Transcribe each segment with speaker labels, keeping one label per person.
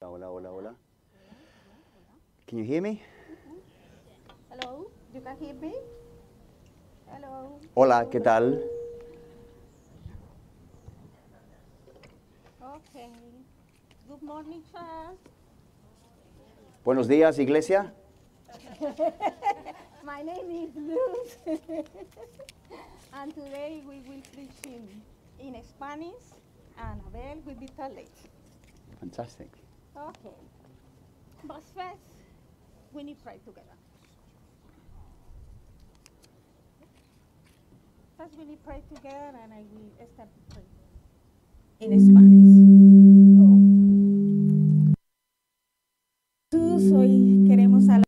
Speaker 1: Hola, hola, hola. Can you hear me?
Speaker 2: Hello, you can hear me? Hello,
Speaker 1: Hola, ¿qué tal?
Speaker 2: okay. Good morning, class.
Speaker 1: Buenos días, iglesia.
Speaker 2: My name is Luz. and today we will preach in, in Spanish and Abel will be translate.
Speaker 1: Fantastic.
Speaker 2: Okay. But first, we need pray together. First, we need pray together and I will start to pray.
Speaker 3: en Spanish. Oh. Jesús, hoy queremos alabar.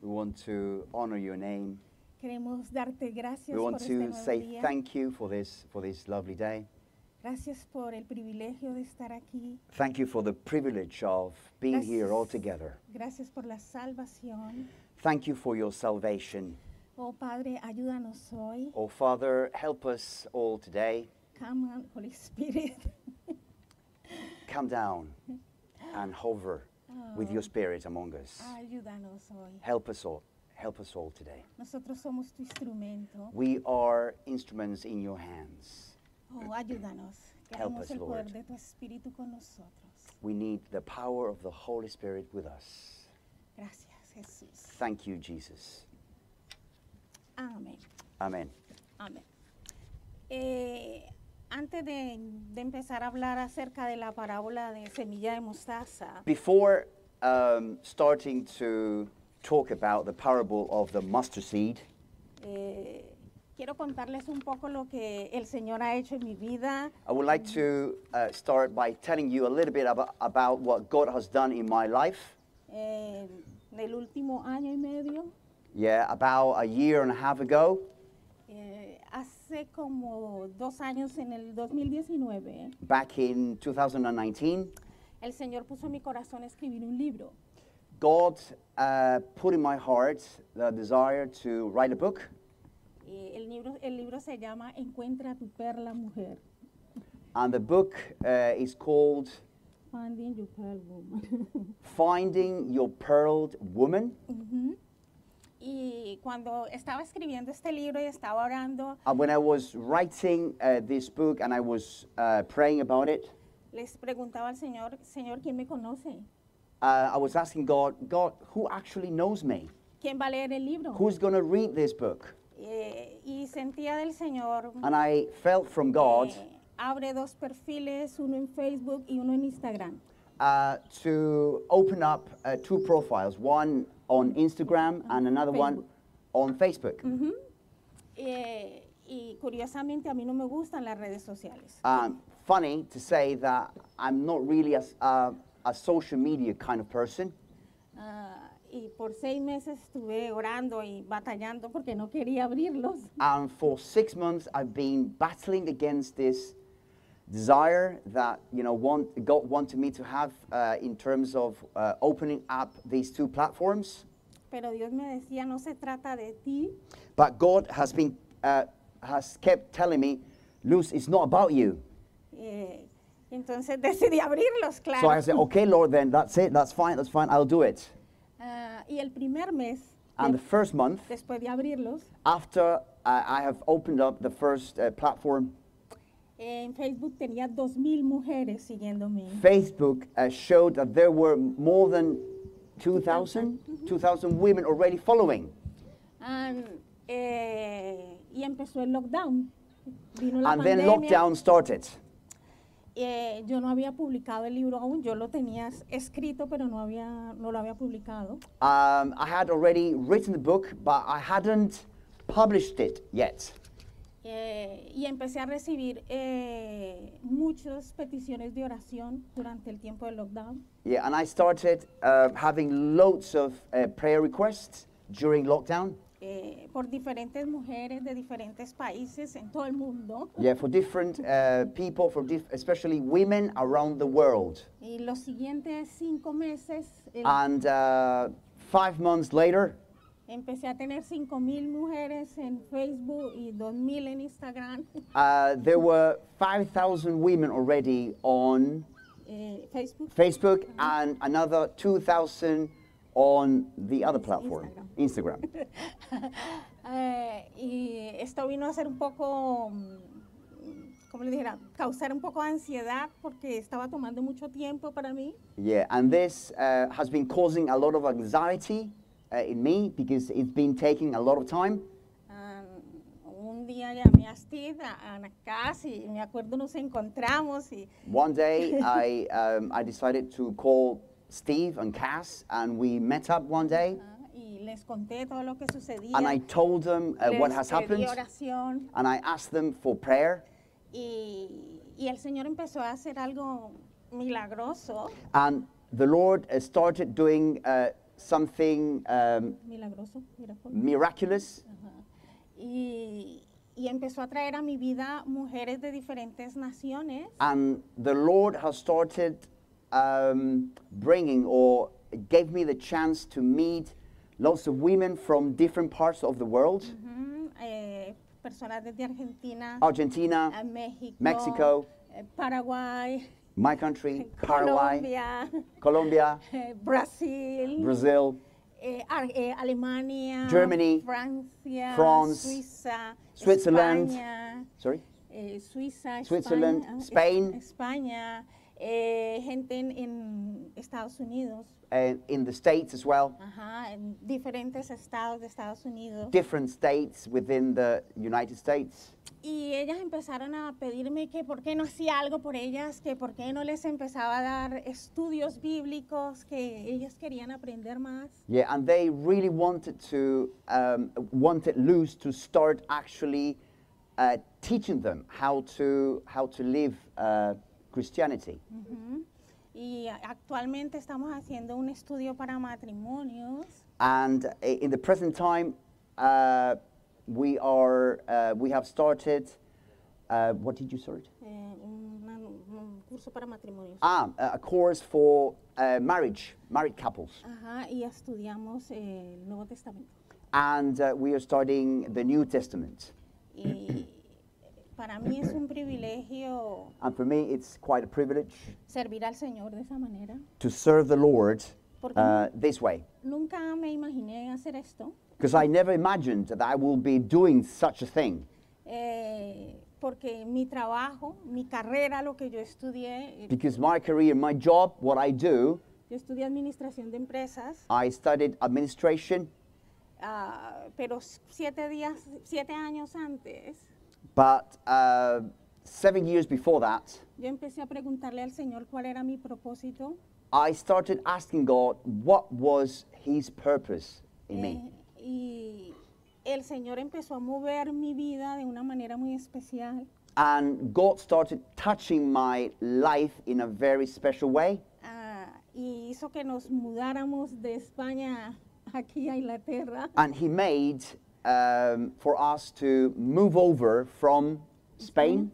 Speaker 1: We want to honor your name.
Speaker 3: Queremos darte gracias
Speaker 1: We
Speaker 3: por
Speaker 1: want
Speaker 3: este
Speaker 1: to
Speaker 3: nuevo
Speaker 1: say
Speaker 3: día.
Speaker 1: thank you for this for this lovely day.
Speaker 3: Gracias por el privilegio de estar aquí.
Speaker 1: Thank you for the privilege of being here all
Speaker 3: Gracias.
Speaker 1: together.
Speaker 3: Gracias por la salvación.
Speaker 1: Thank you for your salvation.
Speaker 3: Oh Padre, ayúdanos hoy.
Speaker 1: Oh Father, help us all today.
Speaker 3: Come on, Holy Spirit.
Speaker 1: Come down and hover with your spirit among us.
Speaker 3: Ah, Ayúdanos hoy.
Speaker 1: Help us all. Help us all today.
Speaker 3: Nosotros somos tu instrumento.
Speaker 1: We are instruments in your hands.
Speaker 3: Oh, ayúdanos.
Speaker 1: us,
Speaker 3: Queremos el poder
Speaker 1: Lord.
Speaker 3: de tu espíritu con nosotros.
Speaker 1: We need the power of the Holy Spirit with us.
Speaker 3: Gracias, Jesús.
Speaker 1: Thank you, Jesus.
Speaker 3: Amén.
Speaker 1: Amen.
Speaker 3: Amén. Eh, antes de, de empezar a hablar acerca de la parábola de semilla de mostaza,
Speaker 1: Before um, starting to talk about the parable of the mustard seed,
Speaker 3: eh, quiero contarles un poco lo que el Señor ha hecho en mi vida.
Speaker 1: I would like to uh, start by telling you a little bit about, about what God has done in my life.
Speaker 3: eh, en el último año y medio,
Speaker 1: Yeah, about a year and a half ago,
Speaker 3: Eh, hace como dos años, en el 2019,
Speaker 1: back in 2019,
Speaker 3: el Señor puso en mi corazón escribir un libro.
Speaker 1: God uh, put in my heart the desire to write a book.
Speaker 3: Eh, el, libro, el libro se llama Encuentra tu perla mujer.
Speaker 1: And the book uh, is called
Speaker 3: Finding your pearl woman.
Speaker 1: Finding Your Pearled Woman.
Speaker 3: Ujú. Y cuando estaba escribiendo este libro y estaba orando,
Speaker 1: And Uh, when I was writing uh, this book and I was uh, praying about it,
Speaker 3: les preguntaba al Señor, Señor, ¿quién me conoce?
Speaker 1: uh, I was asking God, God, who actually knows me?
Speaker 3: ¿Quién va a leer el libro?
Speaker 1: Who's going to read this book?
Speaker 3: Eh, y sentía del Señor,
Speaker 1: And I felt from God
Speaker 3: eh, abre dos perfiles, uno en Facebook y uno en Instagram.
Speaker 1: uh, to open up uh, two profiles, one on Instagram and another one on Facebook.
Speaker 3: Ujú. Eh, y curiosamente a mí no me gustan las redes sociales.
Speaker 1: Um, funny to say that I'm not really a, s- uh, a social media kind of person.
Speaker 3: Ah, y por seis meses estuve orando y batallando porque no quería abrirlos.
Speaker 1: And for six months, I've been battling against this desire that you know want, God wanted me to have uh, in terms of uh, opening up these two platforms.
Speaker 3: Pero Dios me decía, no se trata de ti,
Speaker 1: But God has been uh, has kept telling me, "Luz, it's not about you."
Speaker 3: Eh, entonces decidí abrirlos, claro.
Speaker 1: So I said, oh. "Okay, Lord, then that's it. That's fine. That's fine. I'll do it."
Speaker 3: Ah, y el primer mes,
Speaker 1: And
Speaker 3: de-
Speaker 1: the first month
Speaker 3: después de abrirlos,
Speaker 1: after uh, I, I have opened up the first uh, platform,
Speaker 3: eh, en Facebook tenía 2.000 mujeres siguiéndome.
Speaker 1: Facebook uh, showed that there were more than 2,000 2,000 women already following.
Speaker 3: Ah, eh, y empezó el lockdown. Vino la
Speaker 1: and then
Speaker 3: pandemia.
Speaker 1: lockdown started.
Speaker 3: Eh, yo no había publicado el libro aún, yo lo tenía s- escrito, pero no, había, no lo había publicado.
Speaker 1: Um, I had already written the book, but I hadn't published it yet.
Speaker 3: Eh, y empecé a recibir eh, muchas peticiones de oración durante el tiempo del lockdown.
Speaker 1: Yeah, and I started uh, having loads of uh, prayer requests during lockdown.
Speaker 3: eh, por diferentes mujeres de diferentes países en todo el mundo
Speaker 1: Yeah, for different uh, people, for dif- especially women around the world.
Speaker 3: y
Speaker 1: Ah.
Speaker 3: los siguientes cinco meses eh, el-
Speaker 1: And uh, five months later,
Speaker 3: Empecé a tener 5.000 mujeres en Facebook y 2.000 en Instagram.
Speaker 1: Uh, there were 5,000 women already on
Speaker 3: eh, Facebook.
Speaker 1: Facebook and another 2,000 on the other platform, Instagram.
Speaker 3: Eh, y esto vino a ser un poco, mm, ¿cómo le dijera? Causar un poco de ansiedad porque estaba tomando mucho tiempo para mí.
Speaker 1: Yeah, and this uh, has been causing a lot of anxiety uh, in me because it's been taking a lot of time.
Speaker 3: Ah, un día llamé a Steve, a Ana Cass, y me acuerdo nos encontramos y
Speaker 1: One day I, um, I decided to call Steve and Cass, and we met up one day,
Speaker 3: Ah, y les conté todo lo que sucedía.
Speaker 1: and I told them uh, what
Speaker 3: Les
Speaker 1: has
Speaker 3: pedí
Speaker 1: happened,
Speaker 3: oración
Speaker 1: and I asked them for prayer,
Speaker 3: y, y el Señor empezó a hacer algo milagroso,
Speaker 1: and Um, the Lord uh, started doing uh, something um,
Speaker 3: milagroso, miraculoso.
Speaker 1: miraculous.
Speaker 3: Ajá. Y, y empezó a traer a mi vida mujeres de diferentes naciones
Speaker 1: And the Lord has started um, bringing or gave me the chance to meet lots of women from different parts of the world
Speaker 3: Ujú, eh, personas desde Argentina,
Speaker 1: Argentina,
Speaker 3: a México,
Speaker 1: Mexico.
Speaker 3: eh, Paraguay,
Speaker 1: my country, Paraguay,
Speaker 3: Colombia,
Speaker 1: Colombia,
Speaker 3: eh, Brasil,
Speaker 1: Brazil,
Speaker 3: eh, Ar- eh, Alemania,
Speaker 1: Germany,
Speaker 3: Francia,
Speaker 1: France,
Speaker 3: Suiza,
Speaker 1: Switzerland.
Speaker 3: España,
Speaker 1: sorry,
Speaker 3: eh, Suiza,
Speaker 1: Switzerland,
Speaker 3: España, es-
Speaker 1: Spain.
Speaker 3: España, eh, gente en- en Estados Unidos.
Speaker 1: and in the States as well,
Speaker 3: Ajá, en diferentes estados de Estados Unidos.
Speaker 1: different states within the United States.
Speaker 3: Y ellas empezaron a pedirme que por qué no hacía algo por ellas, que por qué no les empezaba a dar estudios bíblicos, que ellas querían aprender más.
Speaker 1: Yeah, and they really wanted to um, wanted Luz to start actually uh, teaching them how to how to live uh, Christianity.
Speaker 3: Ujú. Y a- actualmente estamos haciendo un estudio para matrimonios
Speaker 1: And i- in the present time, uh, we are uh, we have started. Uh, what did you start?
Speaker 3: eh, una- un curso para matrimonios.
Speaker 1: Ah, a- a course for uh, marriage, married couples,
Speaker 3: Ajá, y estudiamos eh, el Nuevo Testamento.
Speaker 1: and uh, we are studying the New Testament.
Speaker 3: Y para mí es un privilegio
Speaker 1: And for me, it's quite a privilege
Speaker 3: servir al Señor de esa manera.
Speaker 1: to serve the Lord
Speaker 3: Porque
Speaker 1: uh, this way.
Speaker 3: Nunca me imaginé hacer esto,
Speaker 1: Because I never imagined that I will be doing such a thing.
Speaker 3: eh, porque mi trabajo, mi carrera, lo que yo estudié, eh,
Speaker 1: Because my career, my job, what I do,
Speaker 3: yo estudié administración de empresas,
Speaker 1: I studied administration,
Speaker 3: ah, pero s- siete días, siete años antes,
Speaker 1: but uh, seven years before that,
Speaker 3: yo empecé a preguntarle al Señor cuál era mi propósito
Speaker 1: I started asking God what was His purpose in me.
Speaker 3: eh, y el Señor empezó a mover mi vida de una manera muy especial.
Speaker 1: And God started touching my life in a very special way.
Speaker 3: ah, y hizo que nos mudáramos de España aquí a Inglaterra.
Speaker 1: And He made um, for us to move over from Spain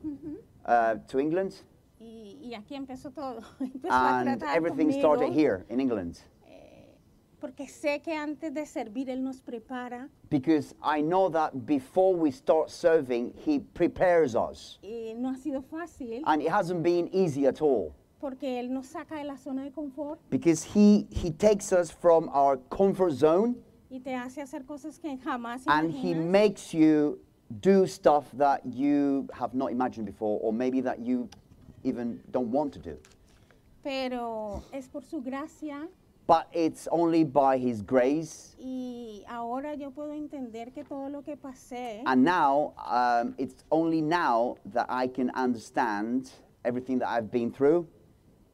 Speaker 1: uh, to England.
Speaker 3: Y, y aquí empezó todo. Empezó a
Speaker 1: And
Speaker 3: tratar
Speaker 1: everything
Speaker 3: conmigo,
Speaker 1: started here in England.
Speaker 3: eh, porque sé que antes de servir Él nos prepara.
Speaker 1: because I know that before we start serving, He prepares us.
Speaker 3: Y eh, no ha sido fácil
Speaker 1: And it hasn't been easy at all
Speaker 3: porque Él nos saca de la zona de confort
Speaker 1: because He, he takes us from our comfort zone
Speaker 3: y te hace hacer cosas que jamás
Speaker 1: and He
Speaker 3: imaginas.
Speaker 1: makes you do stuff that you have not imagined before or maybe that you even don't want to do.
Speaker 3: Pero es por su gracia
Speaker 1: But it's only by His grace.
Speaker 3: y ahora yo puedo entender que todo lo que pasé
Speaker 1: And now, um, it's only now that I can understand everything that I've been through.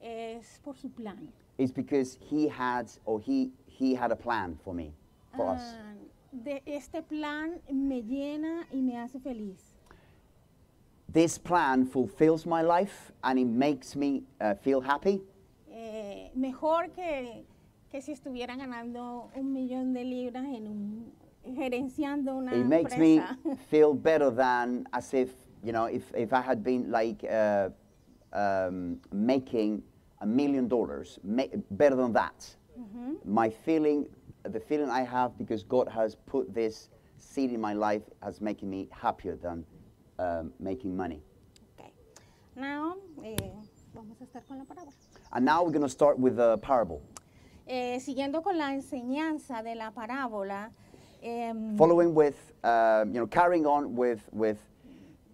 Speaker 3: es por su plan.
Speaker 1: is because he had or he he had a plan for me for us
Speaker 3: Ah, de este plan me llena y me hace feliz.
Speaker 1: this plan fulfills my life and it makes me uh, feel happy
Speaker 3: eh, mejor que, que si estuviera ganando un millón de libras en un, gerenciando una
Speaker 1: it makes me
Speaker 3: empresa.
Speaker 1: feel better than as if you know if, if i had been like uh, um, making a million dollars ma- better than that my feeling the feeling I have because God has put this seed in my life as making me happier than um, making money.
Speaker 2: Okay. Now, eh, vamos a estar con la parábola.
Speaker 1: And now we're going to start with the parable.
Speaker 3: Eh, siguiendo con la enseñanza de la parábola, em,
Speaker 1: Following with, um, you know, carrying on with, with,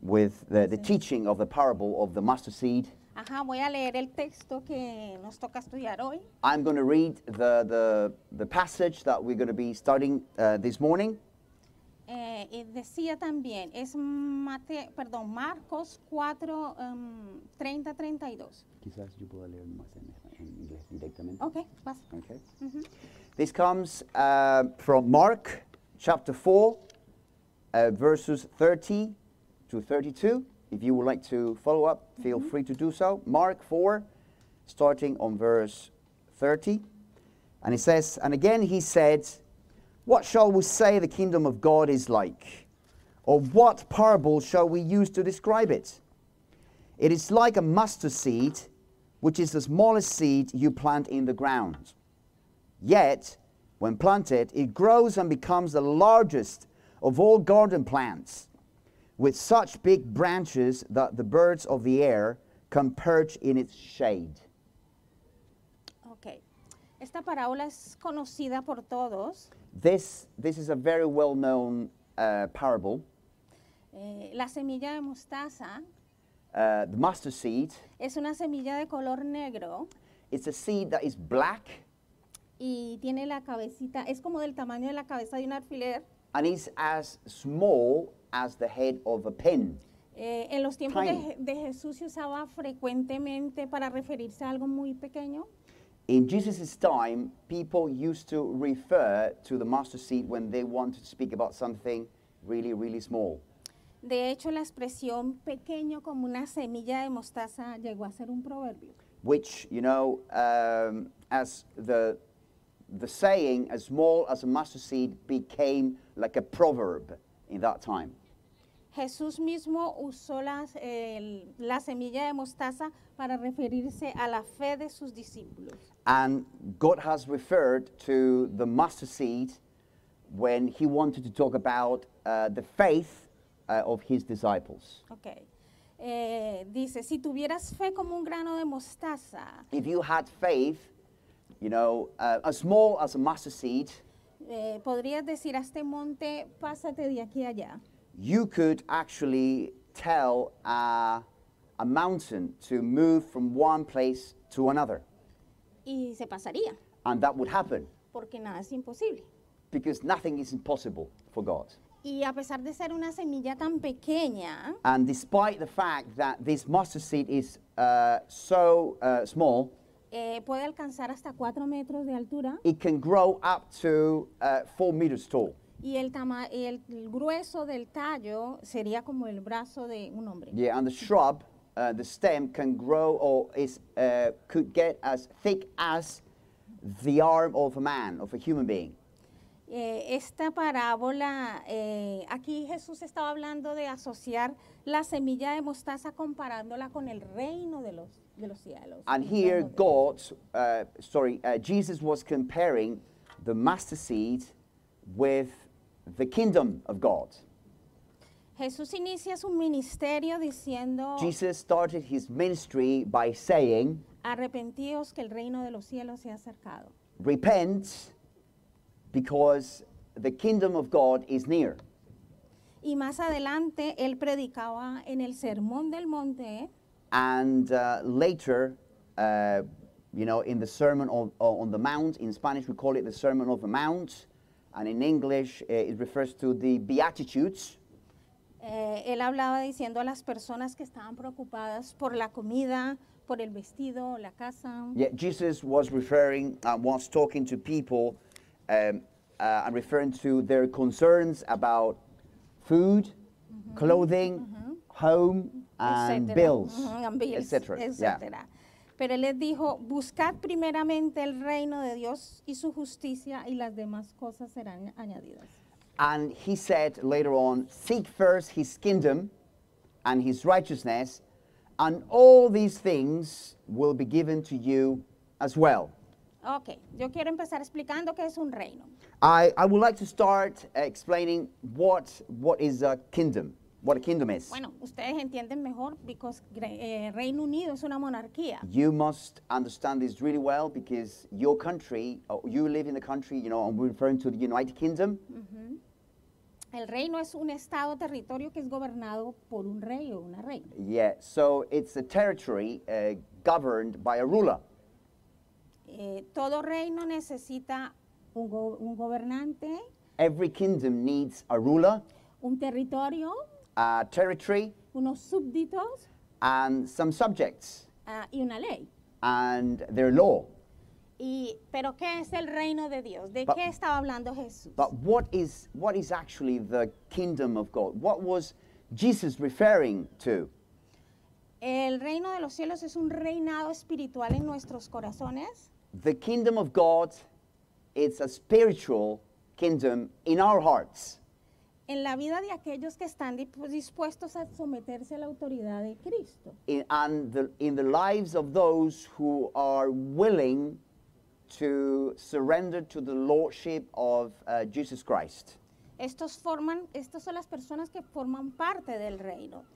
Speaker 1: with the, the teaching of the parable of the mustard seed,
Speaker 2: Ajá, voy a leer el texto que nos toca estudiar hoy.
Speaker 1: I'm going to read the, the, the passage that we're going to be studying uh, this morning.
Speaker 3: eh, y decía también, es Mate- perdón, Marcos em, 4, 30-32.
Speaker 1: Quizás yo pueda leer más en, en inglés directamente.
Speaker 3: Ok, pasa.
Speaker 1: Okay. This comes uh, from Mark chapter 4, uh, verses 30 to 32. If you would like to follow up, feel free to do so. Mark 4, starting on verse 30. And it says, And again he said, What shall we say the kingdom of God is like? Or what parable shall we use to describe it? It is like a mustard seed, which is the smallest seed you plant in the ground. Yet, when planted, it grows and becomes the largest of all garden plants, with such big branches that the birds of the air can perch in its shade.
Speaker 3: Ok. Esta parábola es conocida por todos.
Speaker 1: This, this is a very well known uh, parable.
Speaker 3: Eh, la semilla de mostaza
Speaker 1: Uh, the mustard seed,
Speaker 3: es una semilla de color negro
Speaker 1: it's a seed that is black
Speaker 3: y tiene la cabecita, es como del tamaño de la cabeza de un alfiler.
Speaker 1: and is as small as the head of a pin.
Speaker 3: Eh, en los tiempos de,
Speaker 1: Tiny.
Speaker 3: Je- de Jesús se usaba frecuentemente para referirse a algo muy pequeño.
Speaker 1: In Jesus' time, people used to refer to the mustard seed when they wanted to speak about something really, really small.
Speaker 3: De hecho, la expresión pequeño como una semilla de mostaza llegó a ser un proverbio.
Speaker 1: which you know um, as the the saying as small as a mustard seed became like a proverb in that time
Speaker 3: Jesús mismo usó las, el- la semilla de mostaza para referirse a la fe de sus discípulos.
Speaker 1: and god has referred to the mustard seed when he wanted to talk about uh, the faith uh, of his disciples
Speaker 3: Ok. Eh, dice, si tuvieras fe como un grano de mostaza,
Speaker 1: if you had faith you know uh, as small as a mustard seed
Speaker 3: eh, podrías decir a este monte, pásate de aquí a allá.
Speaker 1: you could actually tell uh, a mountain to move from one place to another
Speaker 3: Y se pasaría,
Speaker 1: And that would happen
Speaker 3: porque nada es imposible.
Speaker 1: because nothing is impossible for God.
Speaker 3: Y a pesar de ser una semilla tan pequeña,
Speaker 1: And despite the fact that this mustard seed is uh, so uh, small,
Speaker 3: eh, puede alcanzar hasta 4 metros de altura
Speaker 1: it can grow up to uh, four meters tall.
Speaker 3: y el, tama- y el grueso del tallo sería como el brazo de un hombre.
Speaker 1: Yeah, and the shrub, uh, the stem can grow or is, uh, could get as thick as the arm of a man, of a human being.
Speaker 3: Eh, esta parábola, eh, aquí Jesús estaba hablando de asociar la semilla de mostaza comparándola con el reino de los, de los cielos.
Speaker 1: And
Speaker 3: el
Speaker 1: here,
Speaker 3: reino de-
Speaker 1: God, uh, sorry, uh, Jesus was comparing the mustard seed with the kingdom of God.
Speaker 3: Jesús inicia su ministerio diciendo,
Speaker 1: Jesus started his ministry by saying,
Speaker 3: arrepentíos que el reino de los cielos se ha acercado.
Speaker 1: Repent because the kingdom of God is near.
Speaker 3: Y más adelante él predicaba en el Sermón del Monte
Speaker 1: And uh, later, uh, you know, in the Sermon on, on the Mount, in Spanish we call it the Sermon of the Mount, and in English uh, it refers to the Beatitudes.
Speaker 3: Eh, él hablaba diciendo a las personas que estaban preocupadas por la comida, por el vestido, la casa.
Speaker 1: Yet Jesus was referring and was talking to people um, uh, and referring to their concerns about food,
Speaker 3: Mm-hmm.
Speaker 1: clothing, home, and
Speaker 3: etcétera.
Speaker 1: bills,
Speaker 3: Ujú, mm-hmm, and bills,
Speaker 1: etc. Yeah.
Speaker 3: etcétera. Pero él les dijo, buscad primeramente el reino de Dios y su justicia y las demás cosas serán añadidas.
Speaker 1: And he said later on, Seek first his kingdom and his righteousness, and all these things will be given to you as well.
Speaker 3: Ok, yo quiero empezar explicando qué es un reino.
Speaker 1: I, I would like to start explaining what, what is a kingdom, what a kingdom is.
Speaker 3: Bueno, ustedes entienden mejor because Gre- eh, Reino Unido es una monarquía.
Speaker 1: You must understand this really well because your country, uh, you live in the country, you know, and we're referring to the United Kingdom.
Speaker 3: El reino es un estado territorio que es gobernado por un rey o una reina.
Speaker 1: Yeah, so it's a territory uh, governed by a ruler.
Speaker 3: Eh, todo reino necesita un, go- un gobernante,
Speaker 1: Every kingdom needs a ruler,
Speaker 3: un territorio,
Speaker 1: a uh, territory,
Speaker 3: unos súbditos
Speaker 1: and some subjects,
Speaker 3: ah, y una ley.
Speaker 1: and their law.
Speaker 3: Y, pero ¿qué es el reino de Dios? ¿De
Speaker 1: But-
Speaker 3: qué estaba hablando Jesús?
Speaker 1: But what is, what is actually the kingdom of God? What was Jesus referring to?
Speaker 3: El reino de los cielos es un reinado espiritual en nuestros corazones
Speaker 1: The kingdom of God, it's a spiritual kingdom in our hearts.
Speaker 3: en la vida de aquellos que están di- pues, dispuestos a someterse a la autoridad de Cristo.
Speaker 1: in, and the, in the lives of those who are willing to surrender to the lordship of uh, Jesus Christ.
Speaker 3: Estos forman, estas son las personas que forman parte del reino.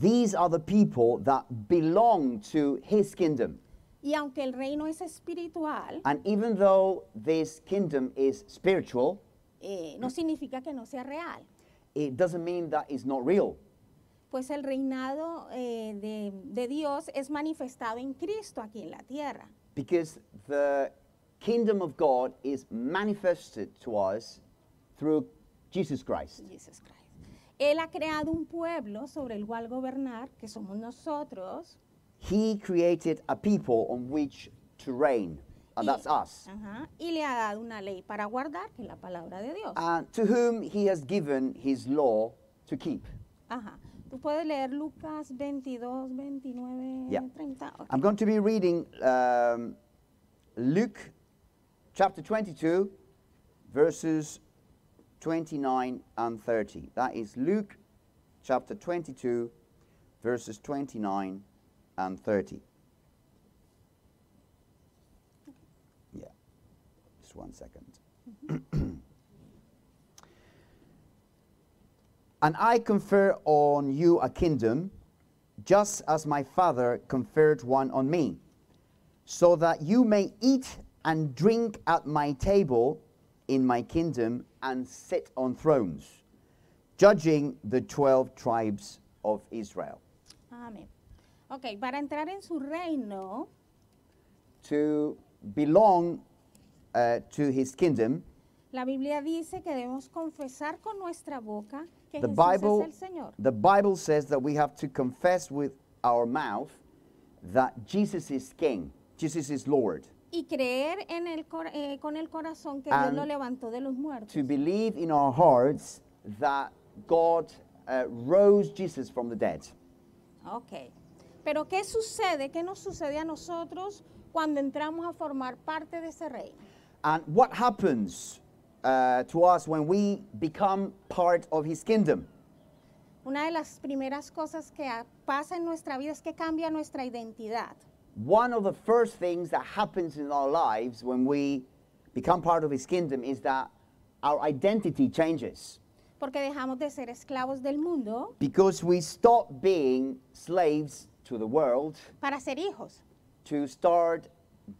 Speaker 1: These are the people that belong to his kingdom.
Speaker 3: Y aunque el reino es espiritual,
Speaker 1: And even though this kingdom is spiritual,
Speaker 3: eh, no significa que no sea real.
Speaker 1: it doesn't mean that it's not real.
Speaker 3: Pues el reinado eh, de, de Dios es manifestado en Cristo aquí en la tierra.
Speaker 1: Because the kingdom of God is manifested to us through Jesus Christ.
Speaker 3: Jesus Christ. Él ha creado un pueblo sobre el cual gobernar, que somos nosotros,
Speaker 1: He created a people on which to reign, and
Speaker 3: Y-
Speaker 1: Ah, that's us.
Speaker 3: ajá, y le ha dado una ley para guardar, que es la palabra de Dios.
Speaker 1: and to whom he has given his law to keep.
Speaker 3: Ajá. Tú puedes leer Lucas 22, 29,
Speaker 1: Yeah.
Speaker 3: 30. ok.
Speaker 1: I'm going to be reading um, Luke chapter 22, verses 29 and 30. That is Luke chapter 22, verses 29 and 30. Yeah, just one second. And I confer on you a kingdom, just as my father conferred one on me, so that you may eat and drink at my table in my kingdom and sit on thrones, judging the 12 tribes of Israel.
Speaker 3: Amén. Ok, para entrar en su reino,
Speaker 1: To belong uh, to his kingdom,
Speaker 3: la Biblia dice que debemos confesar con nuestra boca que
Speaker 1: the
Speaker 3: Jesús
Speaker 1: Bible,
Speaker 3: es el Señor.
Speaker 1: the Bible says that we have to confess with our mouth that Jesus is king, Jesus is Lord.
Speaker 3: Y creer en el cor- eh, con el corazón que Dios
Speaker 1: And
Speaker 3: lo levantó de los muertos.
Speaker 1: to believe in our hearts that God uh, rose Jesus from the dead.
Speaker 3: Ok. Pero ¿qué sucede? ¿Qué nos sucede a nosotros cuando entramos a formar parte de ese reino?
Speaker 1: And what happens uh, to us when we become part of his kingdom?
Speaker 3: Una de las primeras cosas que ah, pasa en nuestra vida es que cambia nuestra identidad.
Speaker 1: One of the first things that happens in our lives when we become part of his kingdom is that our identity changes
Speaker 3: Porque dejamos de ser esclavos del mundo
Speaker 1: because we stop being slaves to the world
Speaker 3: para ser hijos.
Speaker 1: to start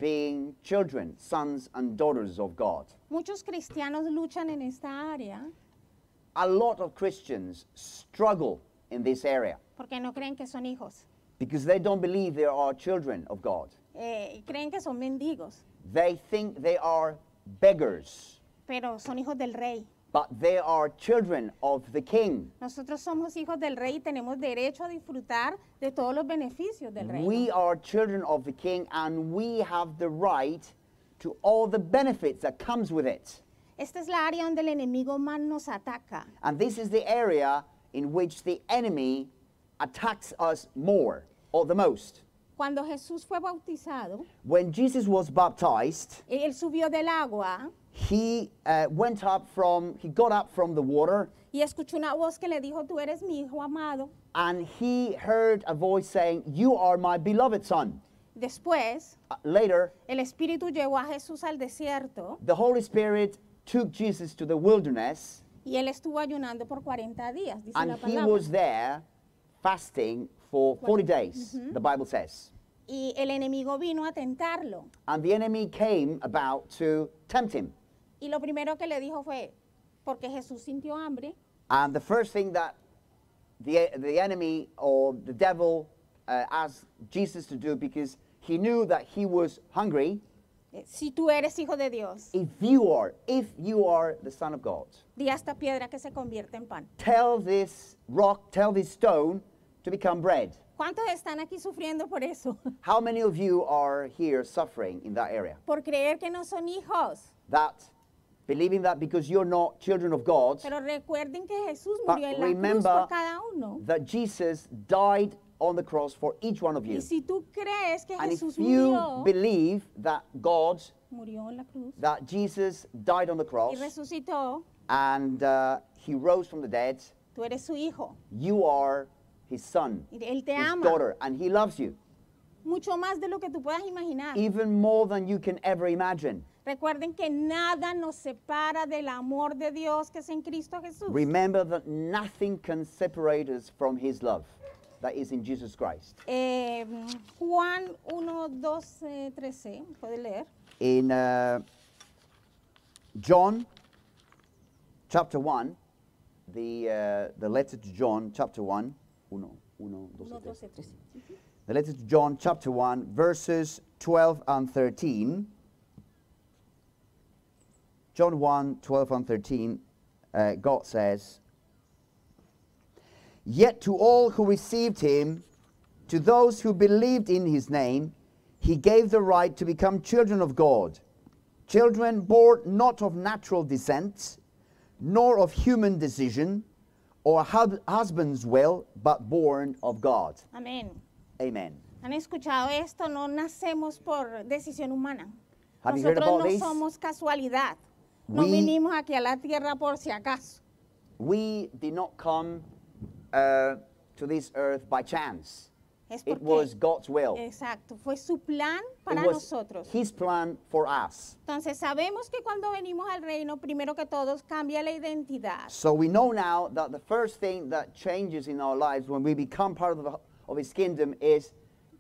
Speaker 1: being children, sons and daughters of God.
Speaker 3: Muchos cristianos luchan en esta área
Speaker 1: a lot of Christians struggle in this area
Speaker 3: porque no creen que son hijos.
Speaker 1: because they don't believe they are children of God.
Speaker 3: Eh, creen que son mendigos,
Speaker 1: They think they are beggars,
Speaker 3: pero son hijos del rey.
Speaker 1: but they are children of the king.
Speaker 3: Nosotros somos hijos del rey y tenemos derecho a disfrutar de todos los beneficios del rey.
Speaker 1: We are children of the king and we have the right to all the benefits that comes with it.
Speaker 3: Esta es la área donde el enemigo más nos ataca.
Speaker 1: And this is the area in which the enemy attacks us more or the most.
Speaker 3: Cuando Jesús fue bautizado,
Speaker 1: When Jesus was baptized,
Speaker 3: él subió del agua
Speaker 1: he uh, went up from he got up from the water
Speaker 3: y escuchó una voz que le dijo, tú eres mi hijo amado,
Speaker 1: and he heard a voice saying you are my beloved son
Speaker 3: Después,
Speaker 1: Uh, Later,
Speaker 3: el Espíritu llevó a Jesús al desierto
Speaker 1: the Holy Spirit took Jesus to the wilderness
Speaker 3: y él estuvo ayunando por 40 días, dice
Speaker 1: and
Speaker 3: la
Speaker 1: he
Speaker 3: palabra.
Speaker 1: was there fasting for 40 days,
Speaker 3: Mm-hmm.
Speaker 1: the Bible says.
Speaker 3: Y el enemigo vino a tentarlo.
Speaker 1: And the enemy came about to tempt him.
Speaker 3: Y lo primero que le dijo fue, porque Jesús sintió hambre,
Speaker 1: And the first thing that the, the enemy or the devil uh, asked Jesus to do because he knew that he was hungry.
Speaker 3: eh, si tú eres hijo de Dios,
Speaker 1: If you are, if you are the Son of God,
Speaker 3: di a esta piedra que se convierte en pan.
Speaker 1: tell this rock, tell this stone to become bread.
Speaker 3: ¿Cuántos están aquí sufriendo por eso?
Speaker 1: How many of you are here suffering in that area?
Speaker 3: Por creer que no son hijos.
Speaker 1: That believing that because you're not children of God,
Speaker 3: Pero recuerden que Jesús
Speaker 1: but
Speaker 3: murió en la cruz
Speaker 1: remember
Speaker 3: por cada uno.
Speaker 1: that Jesus died on the cross for each one of you.
Speaker 3: Y si tú crees que
Speaker 1: And if
Speaker 3: Jesús
Speaker 1: you
Speaker 3: murió,
Speaker 1: believe that God,
Speaker 3: murió en la cruz
Speaker 1: that Jesus died on the
Speaker 3: y
Speaker 1: cross
Speaker 3: resucitó,
Speaker 1: and uh, he rose from the dead,
Speaker 3: tú eres su hijo.
Speaker 1: you are his son,
Speaker 3: Y Él te
Speaker 1: his
Speaker 3: ama
Speaker 1: daughter, and he loves you
Speaker 3: mucho más de lo que tú puedas imaginar.
Speaker 1: even more than you can ever imagine.
Speaker 3: Recuerden que nada nos separa del amor de Dios que es en Cristo Jesús.
Speaker 1: Remember that nothing can separate us from his love that is in Jesus Christ.
Speaker 3: Eh, Juan 1, 12, 13, puede leer.
Speaker 1: In uh, John chapter 1, the, uh, the letter to John chapter 1, uno, uno, dos,
Speaker 3: 1,
Speaker 1: tres.
Speaker 3: 12, 13.
Speaker 1: The letter to John, chapter 1, verses 12 and 13. John 1, 12 and 13, uh, God says, Yet to all who received him, to those who believed in his name, he gave the right to become children of God. Children born not of natural descent, nor of human decision, or hub- husband's will, but born of God.
Speaker 3: Amén.
Speaker 1: Amen.
Speaker 3: ¿Han escuchado esto? No nacemos por decisión humana.
Speaker 1: Have you heard
Speaker 3: Nosotros
Speaker 1: about
Speaker 3: no
Speaker 1: this?
Speaker 3: somos casualidad. No
Speaker 1: We-
Speaker 3: vinimos aquí a la tierra por si acaso.
Speaker 1: we did not come uh, to this earth by chance.
Speaker 3: Es
Speaker 1: It
Speaker 3: porque,
Speaker 1: was God's will. It
Speaker 3: exacto, fue su plan para
Speaker 1: was
Speaker 3: nosotros.
Speaker 1: His plan for us.
Speaker 3: Entonces sabemos que cuando venimos al reino, primero que todos cambia la identidad.
Speaker 1: So we know now that the first thing that changes in our lives when we become part of, the, of His kingdom is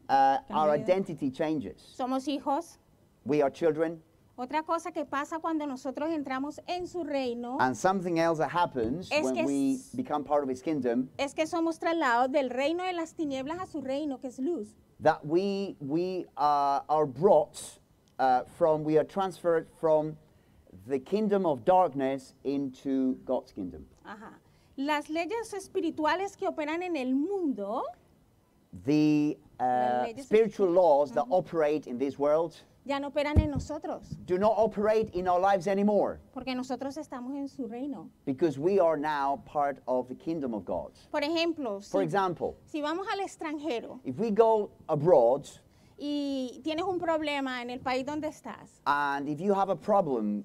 Speaker 1: uh, our
Speaker 3: Cambio.
Speaker 1: identity changes.
Speaker 3: Somos hijos.
Speaker 1: We are children,
Speaker 3: Otra cosa que pasa cuando nosotros entramos en su reino
Speaker 1: and something else that happens
Speaker 3: Es que
Speaker 1: when we
Speaker 3: s-
Speaker 1: become part of His kingdom
Speaker 3: es que somos trasladados del reino de las tinieblas a su reino, que es luz.
Speaker 1: that we we uh, are brought uh, from we are transferred from the kingdom of darkness into God's kingdom.
Speaker 3: Ajá. Las leyes espirituales que operan en el mundo
Speaker 1: The uh,
Speaker 3: leyes
Speaker 1: spiritual laws that operate in this world
Speaker 3: ya no operan en nosotros,
Speaker 1: do not operate in our lives anymore
Speaker 3: porque nosotros estamos en su reino.
Speaker 1: because we are now part of the kingdom of God.
Speaker 3: Por ejemplo, si,
Speaker 1: For example,
Speaker 3: si vamos al extranjero
Speaker 1: if we go abroad
Speaker 3: y tienes un problema en el país donde estás,
Speaker 1: and if you have a problem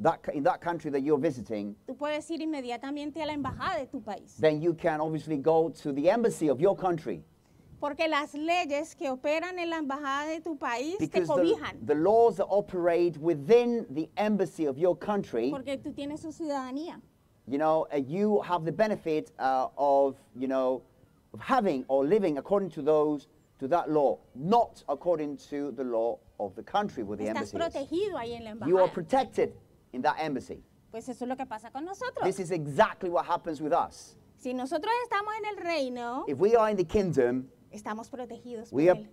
Speaker 1: that, c- in that country that you're visiting,
Speaker 3: tú puedes ir inmediatamente a la embajada de tu país,
Speaker 1: then you can obviously go to the embassy of your country
Speaker 3: porque las leyes que operan en la embajada de tu país te
Speaker 1: Because the,
Speaker 3: cobijan,
Speaker 1: the laws that operate within the embassy of your country,
Speaker 3: porque tú tienes su ciudadanía.
Speaker 1: you know, uh, you have the benefit uh, of, you know, of having or living according to those to that law, not according to the law of the country where the
Speaker 3: Estás
Speaker 1: embassy is.
Speaker 3: protegido ahí en la
Speaker 1: You are
Speaker 3: embajada.
Speaker 1: protected in that embassy.
Speaker 3: Pues eso es lo que pasa con nosotros.
Speaker 1: This is exactly what happens with us.
Speaker 3: Si nosotros estamos en el reino,
Speaker 1: If we are in the kingdom,
Speaker 3: estamos protegidos por
Speaker 1: We are-
Speaker 3: él.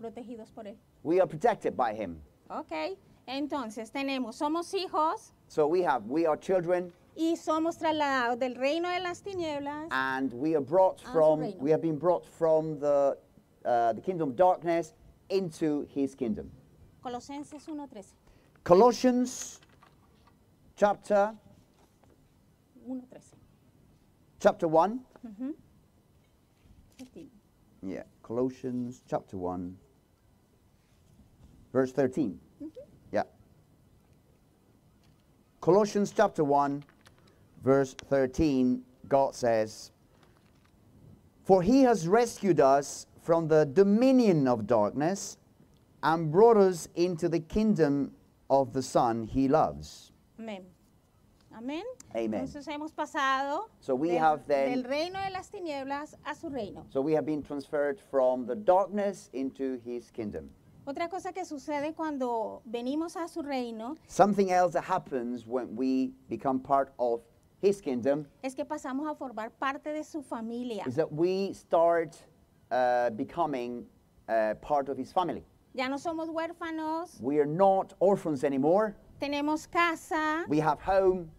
Speaker 3: Protegidos por él.
Speaker 1: we are protected by him.
Speaker 3: Ok, entonces tenemos, somos hijos
Speaker 1: So we have we are children
Speaker 3: y somos trasladados del reino de las tinieblas
Speaker 1: and we are brought
Speaker 3: su
Speaker 1: from
Speaker 3: reino.
Speaker 1: we have been brought from the uh, the kingdom of darkness into his kingdom
Speaker 3: Colosenses 1.13.
Speaker 1: colossians chapter
Speaker 3: 1.13.
Speaker 1: chapter 1
Speaker 3: Efectivo.
Speaker 1: yeah colossians chapter 1 verse 13 yeah colossians chapter 1 verse 13 god says For he has rescued us from the dominion of darkness and brought us into the kingdom of the Son he loves.
Speaker 3: Amén. Amén.
Speaker 1: Amen.
Speaker 3: Entonces hemos pasado
Speaker 1: So we
Speaker 3: del-
Speaker 1: have then-
Speaker 3: del reino de las tinieblas a su reino.
Speaker 1: So we have been transferred from the darkness into his kingdom.
Speaker 3: Otra cosa que sucede cuando venimos a su reino
Speaker 1: Something else that happens when we become part of his kingdom
Speaker 3: es que pasamos a formar parte de su familia.
Speaker 1: is that we start uh, becoming uh, part of his family.
Speaker 3: Ya no somos huérfanos,
Speaker 1: We are not orphans anymore.
Speaker 3: tenemos casa,
Speaker 1: We have home,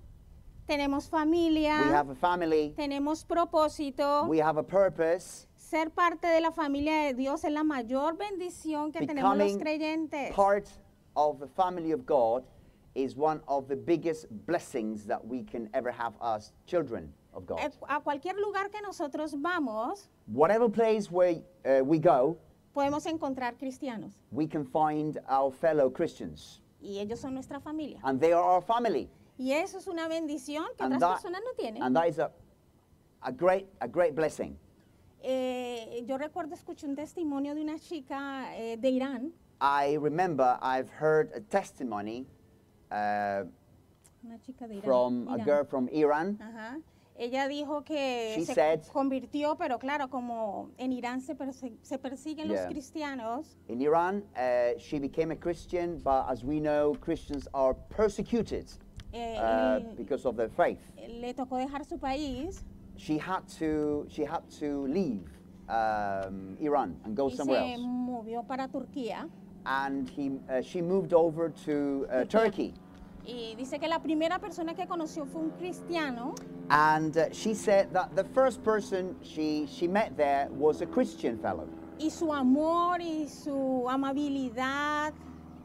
Speaker 3: tenemos familia,
Speaker 1: we have a family,
Speaker 3: tenemos propósito.
Speaker 1: we have a purpose.
Speaker 3: Ser parte de la familia de Dios es la mayor bendición que tenemos los
Speaker 1: Becoming
Speaker 3: creyentes.
Speaker 1: part of the family of God is one of the biggest blessings that we can ever have as children of
Speaker 3: Eh,
Speaker 1: God.
Speaker 3: A cualquier lugar que nosotros vamos,
Speaker 1: Whatever place where uh, we go,
Speaker 3: podemos encontrar cristianos
Speaker 1: we can find our fellow Christians,
Speaker 3: y ellos son nuestra familia.
Speaker 1: and they are our family.
Speaker 3: Y eso es una bendición que
Speaker 1: And
Speaker 3: otras
Speaker 1: that,
Speaker 3: personas no tienen.
Speaker 1: and that is a, a great, a great blessing.
Speaker 3: Eh, yo recuerdo escuché un testimonio de una chica eh, de Irán,
Speaker 1: I remember I've heard a testimony uh,
Speaker 3: una chica de Irán.
Speaker 1: from a
Speaker 3: Irán.
Speaker 1: girl from Iran.
Speaker 3: Ajá. Ella dijo que
Speaker 1: She
Speaker 3: se
Speaker 1: said-
Speaker 3: convirtió, pero claro, como en Irán se, perse- se persiguen
Speaker 1: Yeah.
Speaker 3: los cristianos,
Speaker 1: In Iran, uh, she became a Christian, but as we know, Christians are persecuted
Speaker 3: eh,
Speaker 1: uh,
Speaker 3: él-
Speaker 1: because of their faith.
Speaker 3: eh, le tocó dejar su país
Speaker 1: She had to, she had to leave um, Iran and go
Speaker 3: y
Speaker 1: somewhere
Speaker 3: se
Speaker 1: else.
Speaker 3: movió para Turquía.
Speaker 1: And he, uh, she moved over to uh, Turkey.
Speaker 3: Y dice que la primera persona que conoció fue un cristiano
Speaker 1: And uh, she said that the first person she, she met there was a Christian fellow.
Speaker 3: y su amor y su amabilidad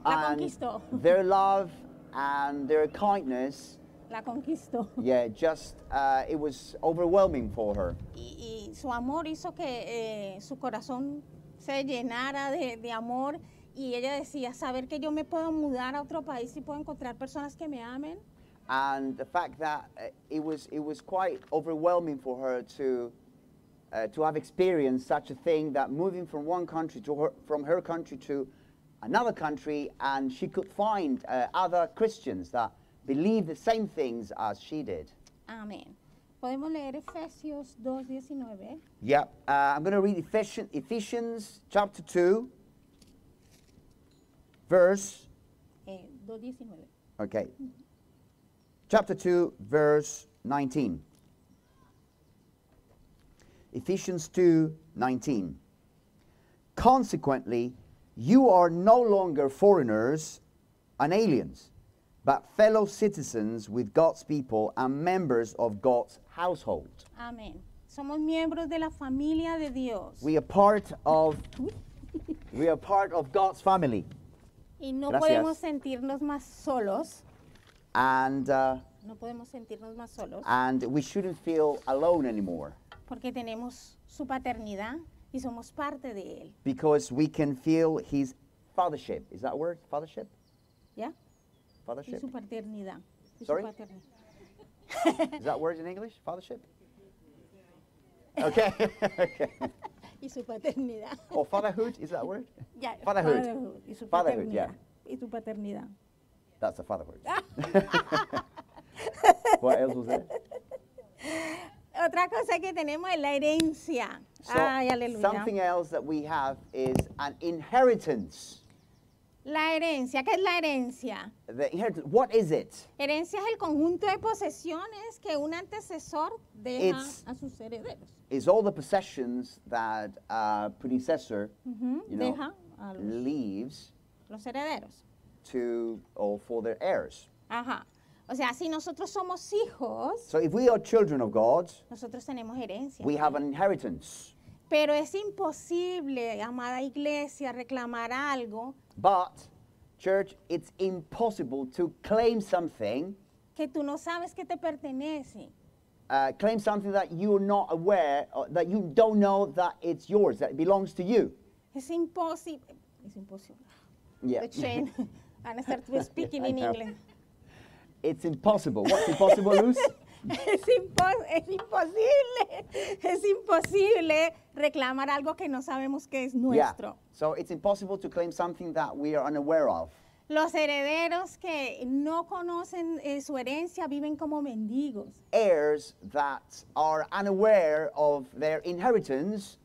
Speaker 3: la
Speaker 1: and
Speaker 3: conquistó.
Speaker 1: their love and their kindness,
Speaker 3: La conquistó.
Speaker 1: yeah, just uh, it was overwhelming for her.
Speaker 3: Y, y su amor hizo que eh, su corazón se llenara de, de amor. Y ella decía, saber que yo me puedo mudar a otro país y puedo encontrar personas que me amen.
Speaker 1: And the fact that uh, it was it was quite overwhelming for her to uh, to have experienced such a thing that moving from one country to her, from her country to another country, and she could find uh, other Christians that believe the same things as she did.
Speaker 3: Amén. Podemos leer Efesios 2.19.
Speaker 1: Yeah, uh, I'm going to read Ephesians, Ephesians chapter 2, verse,
Speaker 3: Eh, 2.19.
Speaker 1: okay, chapter 2, verse 19. Ephesians 2, 19. Consequently, you are no longer foreigners and aliens, but fellow citizens with God's people and members of God's household.
Speaker 3: Amén. Somos miembros de la familia de Dios.
Speaker 1: We are part of we are part of God's family,
Speaker 3: y no
Speaker 1: Gracias.
Speaker 3: podemos sentirnos más solos.
Speaker 1: and uh,
Speaker 3: No podemos sentirnos más solos.
Speaker 1: and we shouldn't feel alone anymore
Speaker 3: Porque tenemos su paternidad y somos parte de él.
Speaker 1: because we can feel His fathership. Is that word? Fathership?
Speaker 3: ¿Ya? Y
Speaker 1: Fathership?
Speaker 3: su paternidad. y su
Speaker 1: Sorry?
Speaker 3: paterni-
Speaker 1: Is that word in English? Fathership? Okay. okay.
Speaker 3: Y su paternidad.
Speaker 1: Or fatherhood? Is that a word?
Speaker 3: Ya,
Speaker 1: Fatherhood.
Speaker 3: Y su
Speaker 1: Fatherhood,
Speaker 3: paternidad. Y su paternidad.
Speaker 1: That's a father word. what else was there?
Speaker 3: Otra cosa que tenemos es la herencia.
Speaker 1: So,
Speaker 3: Ay, aleluya.
Speaker 1: something else that we have is an inheritance.
Speaker 3: La herencia, ¿qué es la herencia?
Speaker 1: The inheritance. What is it?
Speaker 3: Herencia es el conjunto de posesiones que un antecesor deja
Speaker 1: It's-
Speaker 3: a sus herederos.
Speaker 1: is all the possessions that uh, predecessor
Speaker 3: Ujú,
Speaker 1: you know,
Speaker 3: deja a los,
Speaker 1: leaves
Speaker 3: los herederos.
Speaker 1: to or for their heirs.
Speaker 3: Ajá. O sea, si nosotros somos hijos,
Speaker 1: So if we are children of God,
Speaker 3: nosotros tenemos herencia.
Speaker 1: we have an inheritance.
Speaker 3: Pero es imposible, amada iglesia, reclamar algo
Speaker 1: But church, it's impossible to claim something,
Speaker 3: que tú no sabes que te pertenece.
Speaker 1: uh, claim something that you're not aware, uh, that you don't know that it's yours, that it belongs to you.
Speaker 3: Es imposible. Es imposible.
Speaker 1: Yeah.
Speaker 3: The chain. And I start to speaking
Speaker 1: I
Speaker 3: in
Speaker 1: know.
Speaker 3: English.
Speaker 1: It's impossible. What's impossible, Luz?
Speaker 3: Es, impo- es imposible, es imposible reclamar algo que no sabemos que es
Speaker 1: Yeah.
Speaker 3: nuestro.
Speaker 1: So it's impossible to claim something that we are unaware of.
Speaker 3: Los herederos que no conocen eh, su herencia viven como mendigos.
Speaker 1: Heirs that are unaware of their inheritance